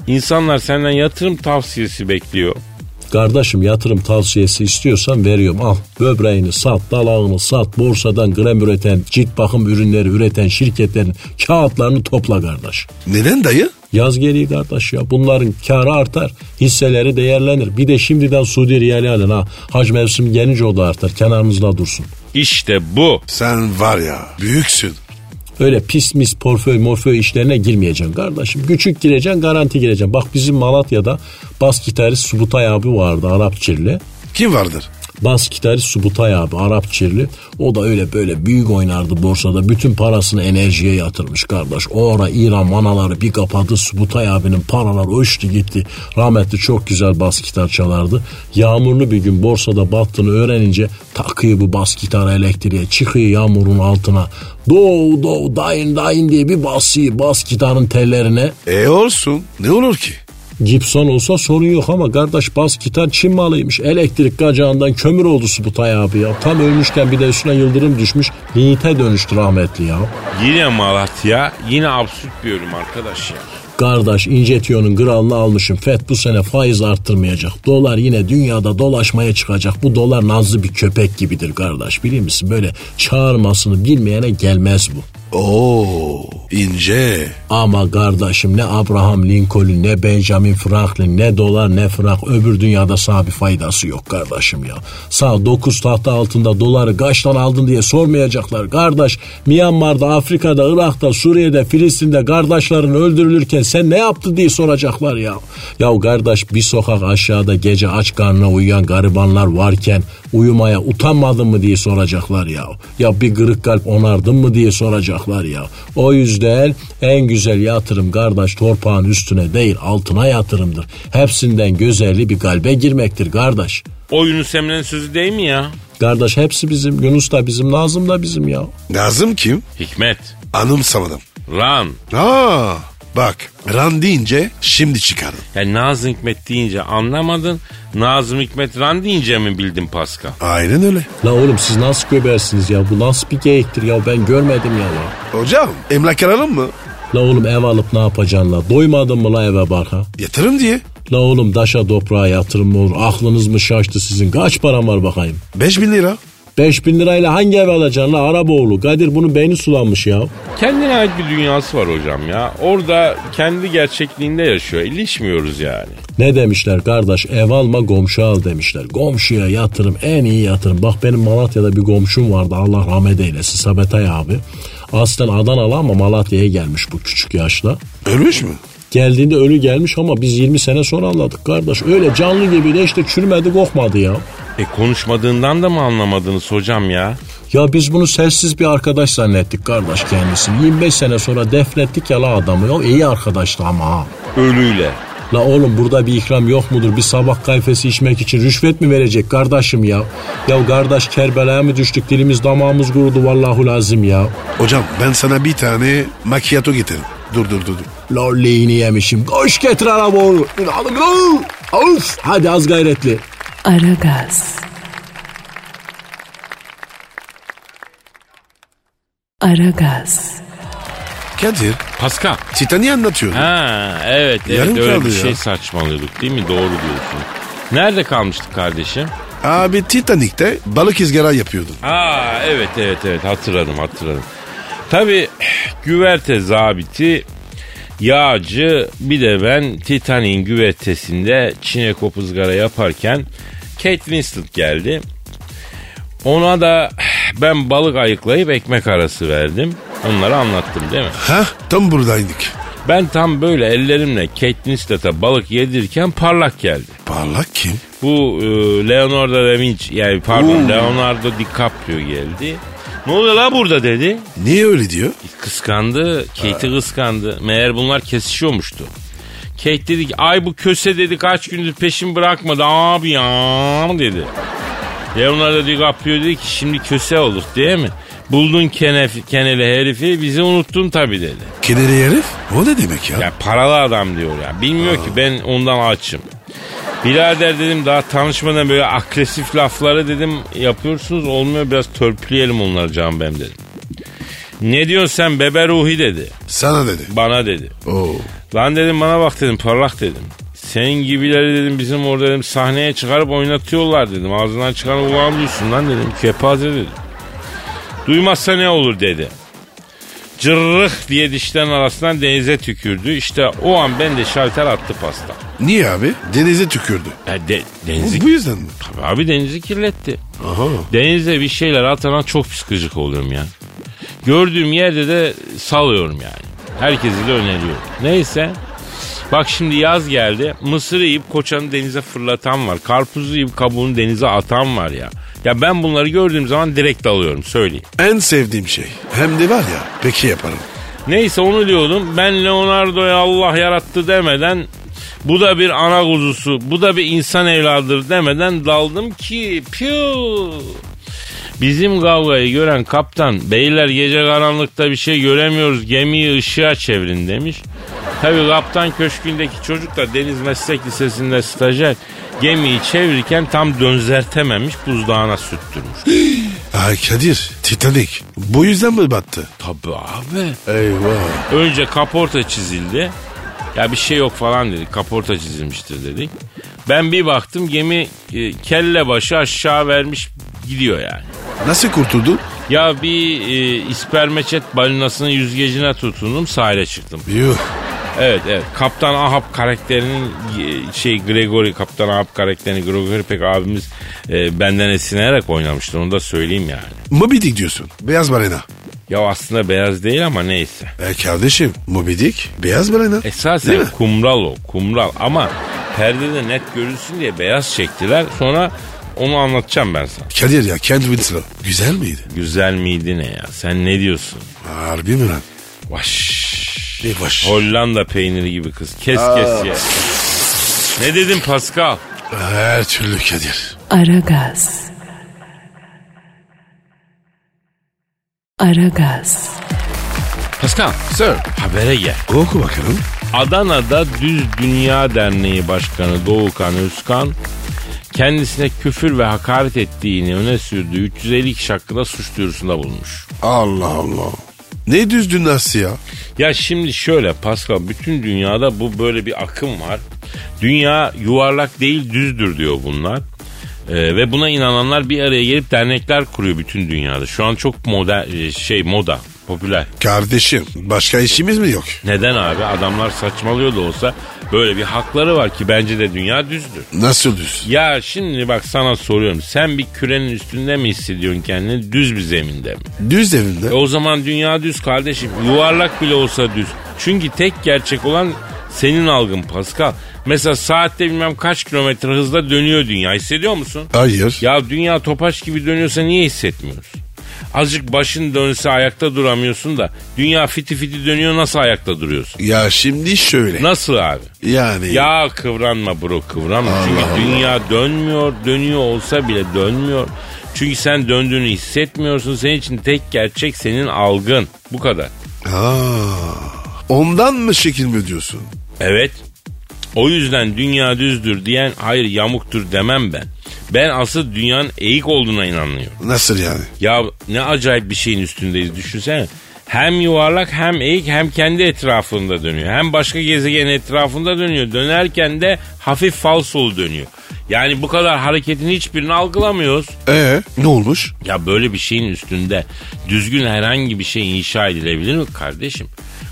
Speaker 2: İnsanlar senden yatırım tavsiyesi bekliyor.
Speaker 5: Kardeşim yatırım tavsiyesi istiyorsan veriyorum al. Böbreğini sat, dalağını sat, borsadan krem üreten, cilt bakım ürünleri üreten şirketlerin kağıtlarını topla kardeş.
Speaker 3: Neden dayı?
Speaker 5: Yaz geliyor kardeş ya. Bunların karı artar. Hisseleri değerlenir. Bir de şimdiden Suudi riyali alın ha. Hac mevsim gelince o da artar. Kenarımızda dursun.
Speaker 2: İşte bu.
Speaker 3: Sen var ya büyüksün.
Speaker 5: Öyle pis mis portföy morföy işlerine girmeyeceksin kardeşim. Küçük gireceksin garanti gireceksin. Bak bizim Malatya'da bas gitarist Subutay abi vardı Arapçirli.
Speaker 3: Kim vardır?
Speaker 4: Bas gitarist Subutay abi Arap Çirli. O da öyle böyle büyük oynardı borsada. Bütün parasını enerjiye yatırmış kardeş. O ara İran manaları bir kapadı. Subutay abinin paralar uçtu gitti. Rahmetli çok güzel bas gitar çalardı. Yağmurlu bir gün borsada battığını öğrenince takıyı bu bas gitar elektriğe çıkıyor yağmurun altına. Doğu doğu dayın dayın diye bir basıyor bas gitarın tellerine.
Speaker 3: E olsun. Ne olur ki?
Speaker 4: Gibson olsa sorun yok ama kardeş bas gitar Çin malıymış. Elektrik kacağından kömür oldu Subutay abi ya. Tam ölmüşken bir de üstüne yıldırım düşmüş. Linyite dönüştü rahmetli ya.
Speaker 2: Yine Malatya, yine absürt bir ölüm arkadaş ya.
Speaker 4: Kardeş injektiyonun kralını almışım. FED bu sene faiz arttırmayacak. Dolar yine dünyada dolaşmaya çıkacak. Bu dolar nazlı bir köpek gibidir kardeş. Biliyor musun böyle çağırmasını bilmeyene gelmez bu.
Speaker 3: Oo ince.
Speaker 4: Ama kardeşim ne Abraham Lincoln ne Benjamin Franklin ne dolar ne frank öbür dünyada sağ bir faydası yok kardeşim ya. Sağ 9 tahta altında doları kaçtan aldın diye sormayacaklar kardeş. Myanmar'da, Afrika'da, Irak'ta, Suriye'de, Filistin'de kardeşlerin öldürülürken sen ne yaptı diye soracaklar ya. Ya kardeş bir sokak aşağıda gece aç karnına uyuyan garibanlar varken uyumaya utanmadın mı diye soracaklar ya. Ya bir kırık kalp onardın mı diye soracaklar ya. O yüzden en güzel yatırım kardeş torpağın üstüne değil altına yatırımdır. Hepsinden güzeli bir kalbe girmektir kardeş.
Speaker 2: O Yunus Emre'nin sözü değil mi ya?
Speaker 4: Kardeş hepsi bizim. Yunus da bizim, Nazım da bizim ya.
Speaker 3: Nazım kim?
Speaker 2: Hikmet,
Speaker 3: Anımsamadım.
Speaker 2: Ran.
Speaker 3: Aa bak ran deyince şimdi çıkardım.
Speaker 2: Ya Nazım Hikmet deyince anlamadın. Nazım Hikmet Ran deyince mi bildin Pascal?
Speaker 3: Aynen öyle.
Speaker 4: La oğlum siz nasıl göbersiniz ya? Bu nasıl bir geyiktir ya? Ben görmedim ya la.
Speaker 3: Hocam emlak alalım mı?
Speaker 4: La oğlum ev alıp ne yapacaksın la? Doymadın mı la eve barka?
Speaker 3: Yatırım diye.
Speaker 4: La oğlum daşa toprağa yatırım mı olur? Aklınız mı şaştı sizin? Kaç param var bakayım?
Speaker 3: 5000 lira.
Speaker 4: 5000 lirayla hangi ev alacaksın la Araboğlu? Kadir bunun beyni sulanmış ya.
Speaker 2: Kendine ait bir dünyası var hocam ya. Orada kendi gerçekliğinde yaşıyor. İlişmiyoruz yani.
Speaker 4: Ne demişler kardeş ev alma komşu al demişler. Komşuya yatırım en iyi yatırım. Bak benim Malatya'da bir komşum vardı Allah rahmet eylesin Sabetay abi. Aslen Adanalı ama Malatya'ya gelmiş bu küçük yaşta.
Speaker 3: Ölmüş mü?
Speaker 4: Geldiğinde ölü gelmiş ama biz 20 sene sonra anladık kardeş. Öyle canlı gibi de işte çürümedi kokmadı ya.
Speaker 2: E konuşmadığından da mı anlamadınız hocam ya?
Speaker 4: Ya biz bunu sessiz bir arkadaş zannettik kardeş kendisini. 25 sene sonra defnettik ya la adamı. Ya iyi arkadaştı ama ha.
Speaker 2: Ölüyle.
Speaker 4: La oğlum burada bir ikram yok mudur? Bir sabah kayfesi içmek için rüşvet mi verecek kardeşim ya? Ya kardeş Kerbela'ya mı düştük? Dilimiz damağımız kurudu vallahu lazım ya.
Speaker 3: Hocam ben sana bir tane macchiato getirdim. Dur dur dur. dur.
Speaker 4: Lolli'ni yemişim. Koş getir arabanı. Of! Hadi az gayretli.
Speaker 1: Aragaz. Aragaz.
Speaker 3: Kadir
Speaker 2: Pascal.
Speaker 3: Titan'ı anlatıyor.
Speaker 2: Ha evet evet
Speaker 3: Yarım
Speaker 2: öyle
Speaker 3: kaldı
Speaker 2: bir
Speaker 3: ya.
Speaker 2: şey saçmalıyorduk değil mi? Doğru diyorsun. Nerede kalmıştık kardeşim?
Speaker 3: Abi Titanik'te balık izgara yapıyordun.
Speaker 2: Aa evet evet evet hatırladım hatırladım. Tabi güverte zabiti yağcı bir de ben Titanic'in güvertesinde çinekop ızgara yaparken Kate Winslet geldi. Ona da ben balık ayıklayıp ekmek arası verdim. Onları anlattım değil mi?
Speaker 3: Ha tam buradaydık.
Speaker 2: Ben tam böyle ellerimle Kate Winslet'e balık yedirirken parlak geldi.
Speaker 3: Parlak kim?
Speaker 2: Bu e, Leonardo da Vinci yani pardon
Speaker 3: Oo.
Speaker 2: Leonardo DiCaprio geldi. Ne oluyor la burada dedi.
Speaker 3: Niye öyle diyor?
Speaker 2: Kıskandı. Kate'i kıskandı. Meğer bunlar kesişiyormuştu. Kate dedi ki ay bu köse dedi kaç gündür peşimi bırakmadı abi ya dedi. Leonardo DiCaprio dedi ki şimdi köse olduk değil mi? Buldun kenef, keneli herifi bizi unuttun tabii dedi.
Speaker 3: Kenarı herif? O ne demek ya?
Speaker 2: Ya paralı adam diyor ya. Bilmiyor ki ben ondan açım. Birader dedim daha tanışmadan böyle agresif lafları dedim yapıyorsunuz olmuyor biraz törpüleyelim onları Can Bem dedim. Ne diyorsun sen bebe ruhi dedi.
Speaker 3: Sana dedi.
Speaker 2: Bana dedi.
Speaker 3: Oo.
Speaker 2: Lan dedim bana bak dedim parlak dedim. Senin gibileri dedim bizim orada dedim sahneye çıkarıp oynatıyorlar dedim. Ağzından çıkan kulağını duysun lan dedim. Kepaze dedim. Duymazsa ne olur dedi. Cırrık diye dişlerin arasından denize tükürdü. İşte o an ben de şalter attı pasta.
Speaker 3: Niye abi? Denize tükürdü.
Speaker 2: Ya de, denizi,
Speaker 3: Bu, bu yüzden mi?
Speaker 2: abi denizi kirletti.
Speaker 3: Aha.
Speaker 2: Denize bir şeyler atana çok psikolojik oluyorum ya. Gördüğüm yerde de salıyorum yani. Herkese de öneriyorum. Neyse. Bak şimdi yaz geldi. Mısır yiyip koçanı denize fırlatan var. Karpuzu yiyip kabuğunu denize atan var ya. Ya ben bunları gördüğüm zaman direkt alıyorum söyleyeyim.
Speaker 3: En sevdiğim şey. Hem de var ya peki yaparım.
Speaker 2: Neyse onu diyordum. Ben Leonardo'ya Allah yarattı demeden bu da bir ana kuzusu, bu da bir insan evladır demeden daldım ki piu. Bizim kavgayı gören kaptan beyler gece karanlıkta bir şey göremiyoruz gemiyi ışığa çevirin demiş. Tabi kaptan köşkündeki çocuk da Deniz Meslek Lisesi'nde stajyer gemiyi çevirirken tam dönzertememiş buzdağına sürttürmüş.
Speaker 3: Ay Kadir Titanic bu yüzden mi battı?
Speaker 2: Tabi abi.
Speaker 3: Eyvah.
Speaker 2: Önce kaporta çizildi. Ya bir şey yok falan dedik. Kaporta çizilmiştir dedik. Ben bir baktım gemi e, kelle başı aşağı vermiş gidiyor yani.
Speaker 3: Nasıl kurtuldu?
Speaker 2: Ya bir e, ispermeçet balinasının yüzgecine tutundum sahile çıktım.
Speaker 3: Yuh.
Speaker 2: Evet evet. Kaptan Ahab karakterinin e, şey Gregory Kaptan Ahab karakterini Gregory Peck abimiz e, benden esinlenerek oynamıştı. Onu da söyleyeyim yani.
Speaker 3: Moby Dick diyorsun. Beyaz balina.
Speaker 2: Ya aslında beyaz değil ama neyse.
Speaker 3: E kardeşim Moby Dick beyaz balina. Değil
Speaker 2: Esasen
Speaker 3: mi?
Speaker 2: kumral o kumral ama perdede net görülsün diye beyaz çektiler. Sonra onu anlatacağım ben sana.
Speaker 3: Kadir ya Kent Winslow. Güzel miydi?
Speaker 2: Güzel miydi ne ya? Sen ne diyorsun?
Speaker 3: Harbi mi lan?
Speaker 2: Vaş.
Speaker 3: Ne baş.
Speaker 2: Hollanda peyniri gibi kız. Kes kes ye. Ne dedim Pascal?
Speaker 3: Her türlü Kadir.
Speaker 1: Aragaz. Aragaz.
Speaker 2: Pascal.
Speaker 3: Sir.
Speaker 2: Habere gel.
Speaker 3: Oku bakalım.
Speaker 2: Adana'da Düz Dünya Derneği Başkanı Doğukan Özkan kendisine küfür ve hakaret ettiğini öne sürdüğü 350 kişi hakkında suç duyurusunda bulunmuş.
Speaker 3: Allah Allah. Ne düz dünnası ya?
Speaker 2: Ya şimdi şöyle Pascal bütün dünyada bu böyle bir akım var. Dünya yuvarlak değil düzdür diyor bunlar. Ee, ve buna inananlar bir araya gelip dernekler kuruyor bütün dünyada. Şu an çok moda e, şey moda popüler.
Speaker 3: Kardeşim başka işimiz mi yok?
Speaker 2: Neden abi? Adamlar saçmalıyor da olsa böyle bir hakları var ki bence de dünya düzdür.
Speaker 3: Nasıl düz?
Speaker 2: Ya şimdi bak sana soruyorum. Sen bir kürenin üstünde mi hissediyorsun kendini? Düz bir zeminde mi?
Speaker 3: Düz evinde.
Speaker 2: E o zaman dünya düz kardeşim. Yuvarlak bile olsa düz. Çünkü tek gerçek olan senin algın Pascal. Mesela saatte bilmem kaç kilometre hızla dönüyor dünya. Hissediyor musun?
Speaker 3: Hayır.
Speaker 2: Ya dünya topaç gibi dönüyorsa niye hissetmiyorsun? Azıcık başın dönse ayakta duramıyorsun da dünya fiti fiti dönüyor nasıl ayakta duruyorsun?
Speaker 3: Ya şimdi şöyle.
Speaker 2: Nasıl abi?
Speaker 3: yani.
Speaker 2: Ya kıvranma bro kıvranma. Çünkü dünya dönmüyor. Dönüyor olsa bile dönmüyor. Çünkü sen döndüğünü hissetmiyorsun. Senin için tek gerçek senin algın. Bu kadar.
Speaker 3: Aa, ondan mı şekil mi diyorsun?
Speaker 2: Evet. O yüzden dünya düzdür diyen hayır yamuktur demem ben. Ben asıl dünyanın eğik olduğuna inanıyorum.
Speaker 3: Nasıl yani?
Speaker 2: Ya ne acayip bir şeyin üstündeyiz düşünsene. Hem yuvarlak hem eğik hem kendi etrafında dönüyor. Hem başka gezegen etrafında dönüyor. Dönerken de hafif falsolu dönüyor. Yani bu kadar hareketin hiçbirini algılamıyoruz.
Speaker 3: Ee, ne olmuş?
Speaker 2: Ya böyle bir şeyin üstünde düzgün herhangi bir şey inşa edilebilir mi kardeşim?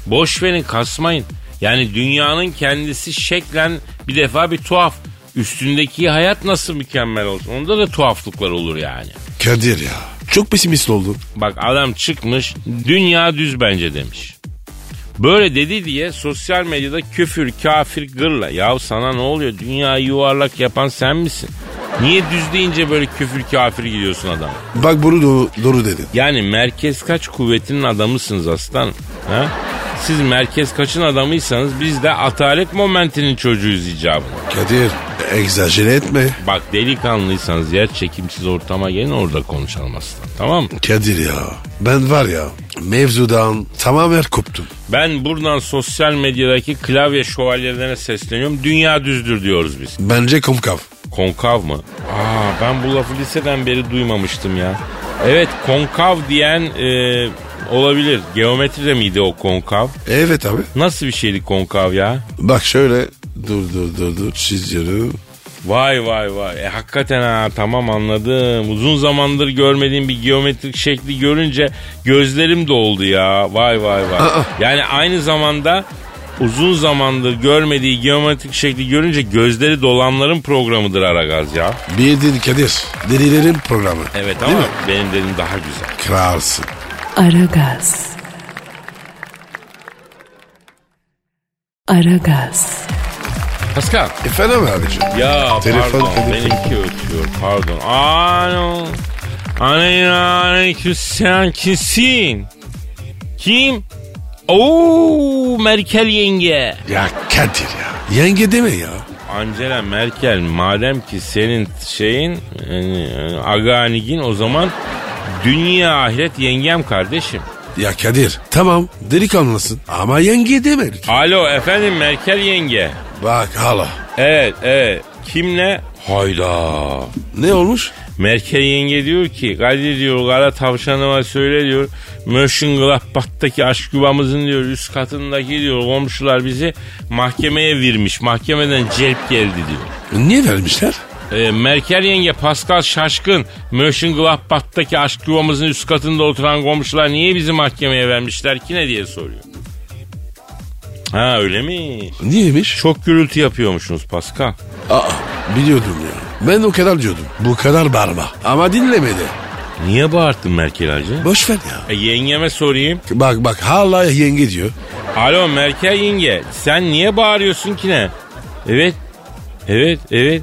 Speaker 2: Boş verin kasmayın. Yani dünyanın kendisi şeklen bir defa bir tuhaf. Üstündeki hayat nasıl mükemmel olsun? Onda da tuhaflıklar olur yani.
Speaker 3: Kadir ya. Çok pesimist oldun.
Speaker 2: Bak adam çıkmış dünya düz bence demiş. Böyle dedi diye sosyal medyada küfür, kafir, gırla. Yahu sana ne oluyor? Dünyayı yuvarlak yapan sen misin? Niye düz deyince böyle küfür, kafir gidiyorsun adama?
Speaker 3: Bak bunu doğru, doğru dedin.
Speaker 2: Yani merkez kaç kuvvetinin adamısınız aslanım. Ha? Siz merkez kaçın adamıysanız biz de atalet momentinin çocuğuyuz icabına.
Speaker 3: Kadir egzajere etme.
Speaker 2: Bak delikanlıysanız yer çekimsiz ortama gelin orada konuşalım aslan tamam mı?
Speaker 3: Kadir ya. Ben var ya mevzudan tamamen koptum.
Speaker 2: Ben buradan sosyal medyadaki klavye şövalyelerine sesleniyorum. Dünya düzdür diyoruz biz.
Speaker 3: Bence kumkav.
Speaker 2: Konkav mı? Aa ben bu lafı liseden beri duymamıştım ya. Evet konkav diyen e, olabilir. Geometride miydi o konkav?
Speaker 3: Evet abi.
Speaker 2: Nasıl bir şeydi konkav ya?
Speaker 3: Bak şöyle dur dur dur dur çiziyorum.
Speaker 2: Vay vay vay. E, hakikaten ha tamam anladım. Uzun zamandır görmediğim bir geometrik şekli görünce gözlerim doldu ya. Vay vay vay.
Speaker 3: Aa.
Speaker 2: Yani aynı zamanda uzun zamandır görmediği geometrik şekli görünce gözleri dolanların programıdır Aragaz ya.
Speaker 3: Bildin Kadir. Delilerin programı.
Speaker 2: Evet
Speaker 3: Değil
Speaker 2: ama
Speaker 3: mi?
Speaker 2: benim dedim daha güzel.
Speaker 3: Kralsın.
Speaker 1: Aragaz. Aragaz.
Speaker 2: Pascal.
Speaker 3: Efendim abicim.
Speaker 2: Ya
Speaker 3: Telefon,
Speaker 2: pardon
Speaker 3: telefon.
Speaker 2: benimki ötüyor pardon. Alo. Aleyna aleyküm sen kimsin? Kim? Oo Merkel yenge.
Speaker 3: Ya Kadir ya. Yenge deme ya.
Speaker 2: Angela Merkel madem ki senin şeyin yani, yani aganigin o zaman dünya ahiret yengem kardeşim.
Speaker 3: Ya Kadir tamam delikanlısın ama yenge demedik.
Speaker 2: Alo efendim Merkel yenge.
Speaker 3: Bak hala.
Speaker 2: Evet evet kimle? Hayda.
Speaker 3: Ne olmuş?
Speaker 2: Merkel yenge diyor ki Kadir diyor kara tavşanıma söyle diyor. Mönchengladbach'taki aşk yuvamızın diyor üst katındaki diyor komşular bizi mahkemeye vermiş. Mahkemeden celp geldi diyor.
Speaker 3: Niye vermişler?
Speaker 2: E, Merkel yenge Pascal Şaşkın Mönchengladbach'taki aşk yuvamızın üst katında oturan komşular niye bizi mahkemeye vermişler ki ne diye soruyor. Ha öyle mi?
Speaker 3: Niyemiş?
Speaker 2: Çok gürültü yapıyormuşsunuz Pascal.
Speaker 3: Aa biliyordum ya. Ben o kadar diyordum. Bu kadar bağırma. Ama dinlemedi.
Speaker 2: Niye bağırttın Merkel hacı?
Speaker 3: Boş ver ya.
Speaker 2: E, yengeme sorayım.
Speaker 3: Bak bak hala yenge diyor.
Speaker 2: Alo Merkel yenge sen niye bağırıyorsun ki ne? Evet. Evet evet.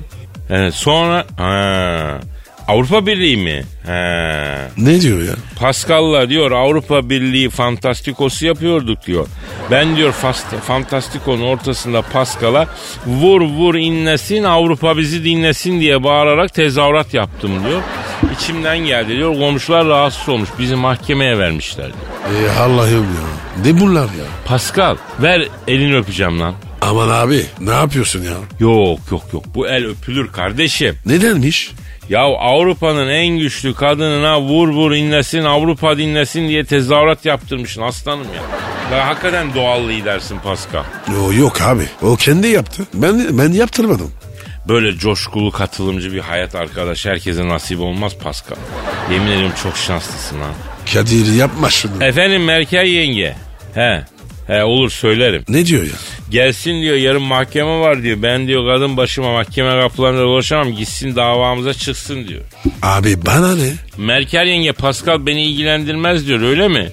Speaker 2: E, sonra ha, Avrupa Birliği mi? Ha.
Speaker 3: Ne diyor ya?
Speaker 2: Pascal'la diyor Avrupa Birliği Fantastikosu yapıyorduk diyor. Ben diyor fast- Fantastiko'nun ortasında Pascal'a vur vur inlesin Avrupa bizi dinlesin diye bağırarak tezahürat yaptım diyor. İçimden geldi diyor komşular rahatsız olmuş bizi mahkemeye vermişler diyor.
Speaker 3: Ee, Allah'ım ya. Ne bunlar ya?
Speaker 2: Pascal ver elini öpeceğim lan.
Speaker 3: Aman abi ne yapıyorsun ya?
Speaker 2: Yok yok yok bu el öpülür kardeşim.
Speaker 3: Nedenmiş?
Speaker 2: Ya Avrupa'nın en güçlü kadınına vur vur inlesin Avrupa dinlesin diye tezahürat yaptırmışsın aslanım ya. Ya hakikaten doğal lidersin Pascal.
Speaker 3: Yo, yok abi. O kendi yaptı. Ben ben yaptırmadım.
Speaker 2: Böyle coşkulu katılımcı bir hayat arkadaş herkese nasip olmaz Pascal. Yemin ediyorum çok şanslısın ha.
Speaker 3: Kadir yapma şunu.
Speaker 2: Efendim Merkel yenge. He. He olur söylerim.
Speaker 3: Ne diyor ya?
Speaker 2: Gelsin diyor yarın mahkeme var diyor. Ben diyor kadın başıma mahkeme kapılarında dolaşamam. Gitsin davamıza çıksın diyor.
Speaker 3: Abi bana ne?
Speaker 2: Merkel yenge Pascal beni ilgilendirmez diyor öyle mi?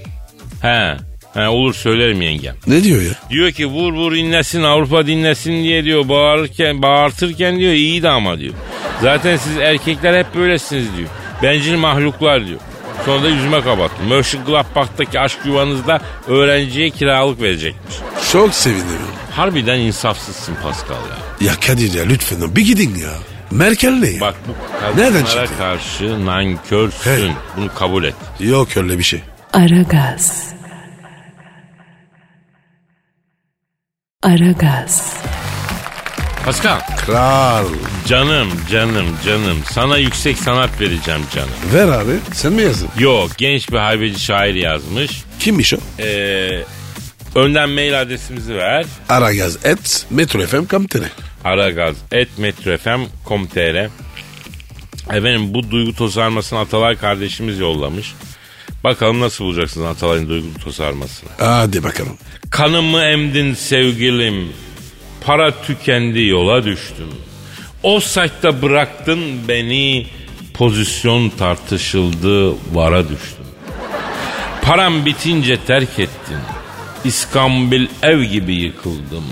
Speaker 2: He. He olur söylerim yengem.
Speaker 3: Ne diyor ya?
Speaker 2: Diyor ki vur vur inlesin Avrupa dinlesin diye diyor bağırırken bağırtırken diyor iyiydi ama diyor. Zaten siz erkekler hep böylesiniz diyor. Bencil mahluklar diyor. Sonra da yüzüme kapattı. Mönchengladbach'taki aşk yuvanızda öğrenciye kiralık verecekmiş.
Speaker 3: Çok sevindim.
Speaker 2: Harbiden insafsızsın Pascal ya.
Speaker 3: Ya Kadir ya lütfen bir gidin ya. Merkel ne ya?
Speaker 2: Bak bu
Speaker 3: Nereden
Speaker 2: kadınlara
Speaker 3: çıktı?
Speaker 2: karşı nankörsün.
Speaker 3: Hey.
Speaker 2: Bunu kabul et.
Speaker 3: Yok öyle bir şey.
Speaker 1: Aragaz. Aragaz.
Speaker 2: Pascal.
Speaker 3: Kral.
Speaker 2: Canım canım canım sana yüksek sanat vereceğim canım.
Speaker 3: Ver abi. Sen mi yazdın?
Speaker 2: Yok genç bir haybeci şair yazmış.
Speaker 3: Kimmiş o?
Speaker 2: Ee, önden mail adresimizi ver.
Speaker 3: Aragaz et Metro FM kamptene.
Speaker 2: Aragaz Efendim bu duygu tosarmasını Atalay kardeşimiz yollamış. Bakalım nasıl bulacaksınız Atalay'ın duygu tosarmasını.
Speaker 3: Hadi bakalım.
Speaker 2: Kanımı emdin sevgilim. Para tükendi yola düştüm. O sayta bıraktın beni. Pozisyon tartışıldı vara düştüm. Param bitince terk ettin. İskambil ev gibi yıkıldım.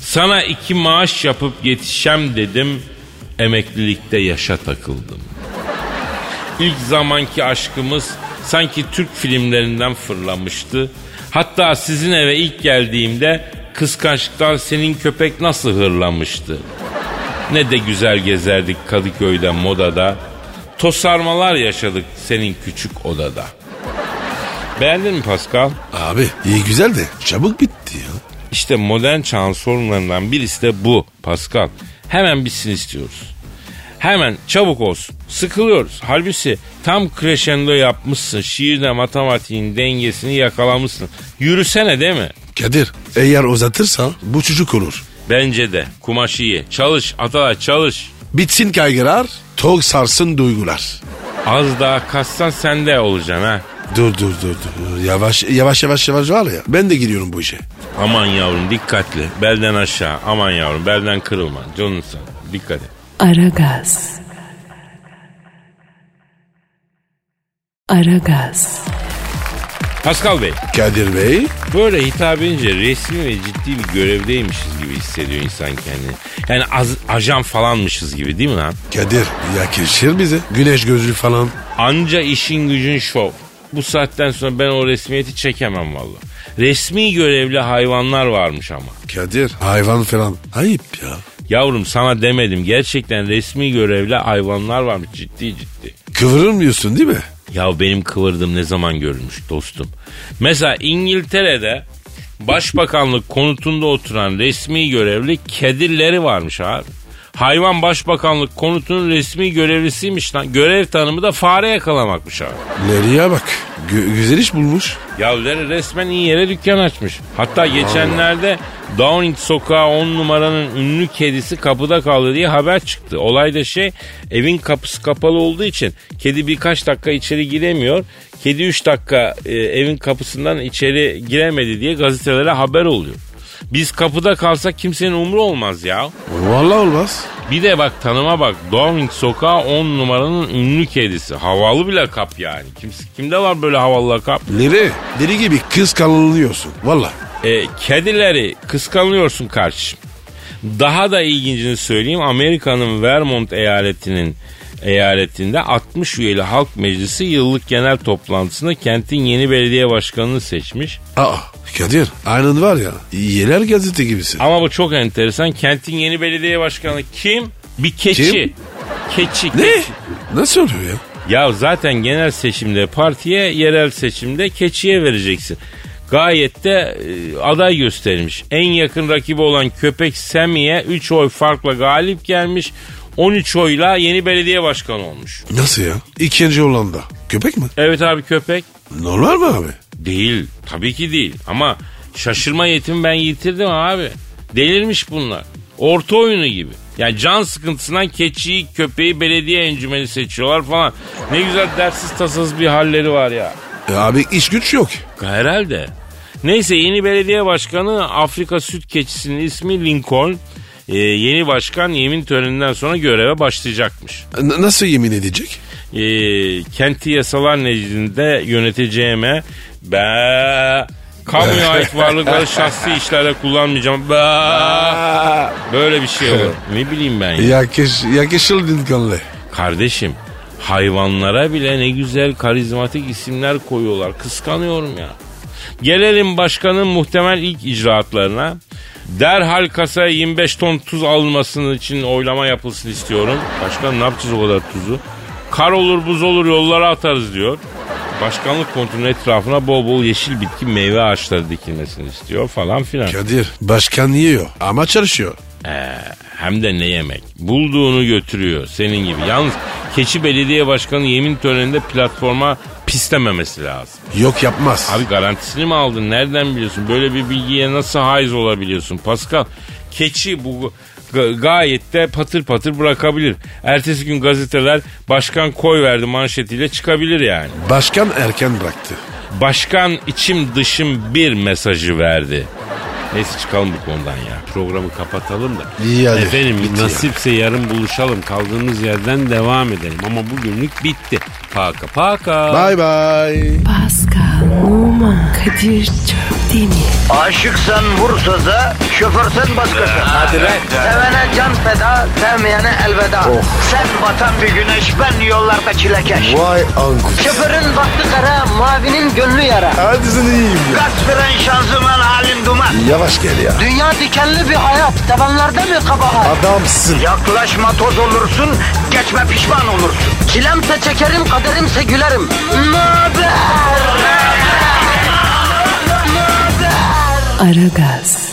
Speaker 2: Sana iki maaş yapıp yetişem dedim. Emeklilikte yaşa takıldım. İlk zamanki aşkımız sanki Türk filmlerinden fırlamıştı. Hatta sizin eve ilk geldiğimde kıskançlıktan senin köpek nasıl hırlamıştı. Ne de güzel gezerdik Kadıköy'de modada. Tosarmalar yaşadık senin küçük odada. Beğendin mi Pascal?
Speaker 3: Abi iyi güzel de çabuk bitti ya.
Speaker 2: İşte modern çağın sorunlarından birisi de bu Pascal. Hemen bitsin istiyoruz. Hemen çabuk olsun. Sıkılıyoruz. Halbuki tam crescendo yapmışsın. Şiirle matematiğin dengesini yakalamışsın. Yürüsene değil mi?
Speaker 3: Kadir eğer uzatırsa bu çocuk olur.
Speaker 2: Bence de. Kumaş iyi. Çalış Atalay çalış.
Speaker 3: Bitsin kaygılar, tok sarsın duygular.
Speaker 2: Az daha kassan sende olacaksın ha.
Speaker 3: Dur dur dur dur. Yavaş yavaş yavaş yavaş var ya. Ben de giriyorum bu işe.
Speaker 2: Aman yavrum dikkatli. Belden aşağı. Aman yavrum belden kırılma. Canın sağ. ol. Dikkat et.
Speaker 1: Aragaz. Aragaz.
Speaker 2: Pascal Bey,
Speaker 3: Kadir Bey.
Speaker 2: böyle hitap edince resmi ve ciddi bir görevdeymişiz gibi hissediyor insan kendini. Yani az- ajan falanmışız gibi değil mi lan?
Speaker 3: Kadir yakışır bize. Güneş gözlü falan.
Speaker 2: Anca işin gücün şov. Bu saatten sonra ben o resmiyeti çekemem valla. Resmi görevli hayvanlar varmış ama.
Speaker 3: Kadir hayvan falan. Ayıp ya.
Speaker 2: Yavrum sana demedim gerçekten resmi görevli hayvanlar varmış ciddi ciddi.
Speaker 3: Kıvırılmıyorsun değil mi?
Speaker 2: Ya benim kıvırdığım ne zaman görülmüş dostum. Mesela İngiltere'de başbakanlık konutunda oturan resmi görevli kedileri varmış abi. Hayvan başbakanlık konutunun resmi görevlisiymiş lan. Görev tanımı da fare yakalamakmış abi.
Speaker 3: Nereye bak. Gü- güzel iş bulmuş.
Speaker 2: Yavruları resmen iyi yere dükkan açmış. Hatta geçenlerde Downing sokağı 10 numaranın ünlü kedisi kapıda kaldı diye haber çıktı. Olay da şey evin kapısı kapalı olduğu için kedi birkaç dakika içeri giremiyor. Kedi 3 dakika e, evin kapısından içeri giremedi diye gazetelere haber oluyor. Biz kapıda kalsak kimsenin umru olmaz ya.
Speaker 3: Vallahi olmaz.
Speaker 2: Bir de bak tanıma bak Downing sokağı 10 numaranın ünlü kedisi. Havalı bir lakap yani. Kimse, kimde var böyle havalı lakap?
Speaker 3: Nere? Deli gibi kıskanılıyorsun. Vallahi.
Speaker 2: E, kedileri kıskanıyorsun kardeşim. Daha da ilgincini söyleyeyim. Amerika'nın Vermont eyaletinin eyaletinde 60 üyeli halk meclisi yıllık genel toplantısında kentin yeni belediye başkanını seçmiş.
Speaker 3: Aa Kadir aynen var ya. Yerel gazete gibisin.
Speaker 2: Ama bu çok enteresan. Kentin yeni belediye başkanı kim? Bir keçi.
Speaker 3: Kim?
Speaker 2: Keçi.
Speaker 3: Ne?
Speaker 2: keçi.
Speaker 3: Nasıl oluyor ya?
Speaker 2: Ya zaten genel seçimde partiye, yerel seçimde keçiye vereceksin. Gayet de e, aday gösterilmiş. En yakın rakibi olan köpek Semi'ye 3 oy farkla galip gelmiş. 13 oyla yeni belediye başkanı olmuş.
Speaker 3: Nasıl ya? İkinci olanda. Köpek mi?
Speaker 2: Evet abi köpek.
Speaker 3: Normal mi abi?
Speaker 2: Değil. Tabii ki değil. Ama şaşırma yetimi ben yitirdim abi. Delirmiş bunlar. Orta oyunu gibi. Yani can sıkıntısından keçiyi, köpeği belediye encümeni seçiyorlar falan. Ne güzel dersiz tasasız bir halleri var ya.
Speaker 3: E, abi iş güç yok.
Speaker 2: Herhalde. Neyse yeni belediye başkanı Afrika süt keçisinin ismi Lincoln. Ee, yeni başkan yemin töreninden sonra göreve başlayacakmış.
Speaker 3: N- nasıl yemin edecek?
Speaker 2: Ee, kenti yasalar nezdinde yöneteceğime be kamuya ait varlıkları şahsi işlerde kullanmayacağım. Be, böyle bir şey olur. Ne bileyim ben ya.
Speaker 3: Yakış, yakışıl Lincoln'le.
Speaker 2: Kardeşim hayvanlara bile ne güzel karizmatik isimler koyuyorlar. Kıskanıyorum ya. Gelelim başkanın muhtemel ilk icraatlarına. Derhal kasaya 25 ton tuz alınmasının için oylama yapılsın istiyorum. Başkan ne yapacağız o kadar tuzu? Kar olur buz olur yollara atarız diyor. Başkanlık kontrolünün etrafına bol bol yeşil bitki meyve ağaçları dikilmesini istiyor falan filan.
Speaker 3: Kadir başkan yiyor ama çalışıyor.
Speaker 2: Ee, hem de ne yemek. Bulduğunu götürüyor senin gibi. Yalnız Keçi Belediye Başkanı yemin töreninde platforma pislememesi lazım.
Speaker 3: Yok yapmaz.
Speaker 2: Abi garantisini mi aldın? Nereden biliyorsun? Böyle bir bilgiye nasıl haiz olabiliyorsun Pascal? Keçi bu ga- gayet de patır patır bırakabilir. Ertesi gün gazeteler başkan koy verdi manşetiyle çıkabilir yani.
Speaker 3: Başkan erken bıraktı.
Speaker 2: Başkan içim dışım bir mesajı verdi. Neyse çıkalım bu konudan ya.
Speaker 6: Programı kapatalım da.
Speaker 3: İyi hadi.
Speaker 6: Efendim
Speaker 3: Bitti
Speaker 6: nasipse yarın buluşalım. Kaldığımız yerden devam edelim. Ama bugünlük bitti. Paka paka.
Speaker 3: Bye bye.
Speaker 1: Pascal, Oman, Kadir çok değil mi?
Speaker 7: Aşıksan vursa da, şoförsen başkasın.
Speaker 3: Ee,
Speaker 7: Hadi Sevene can feda, sevmeyene elveda.
Speaker 3: Oh.
Speaker 7: Sen batan bir güneş, ben yollarda çilekeş.
Speaker 3: Vay anku.
Speaker 7: Şoförün baktı kara, mavinin gönlü yara.
Speaker 3: Hadi sen iyiyim ya.
Speaker 7: Kasperen şanzıman halin duman.
Speaker 3: Yavaş gel ya.
Speaker 7: Dünya dikenli bir hayat, sevenlerde mi kabahar?
Speaker 3: Adamsın.
Speaker 7: Yaklaşma toz olursun, geçme pişman olursun. Çilemse çekerim, kaderimse gülerim. Möber!
Speaker 1: Aragaz.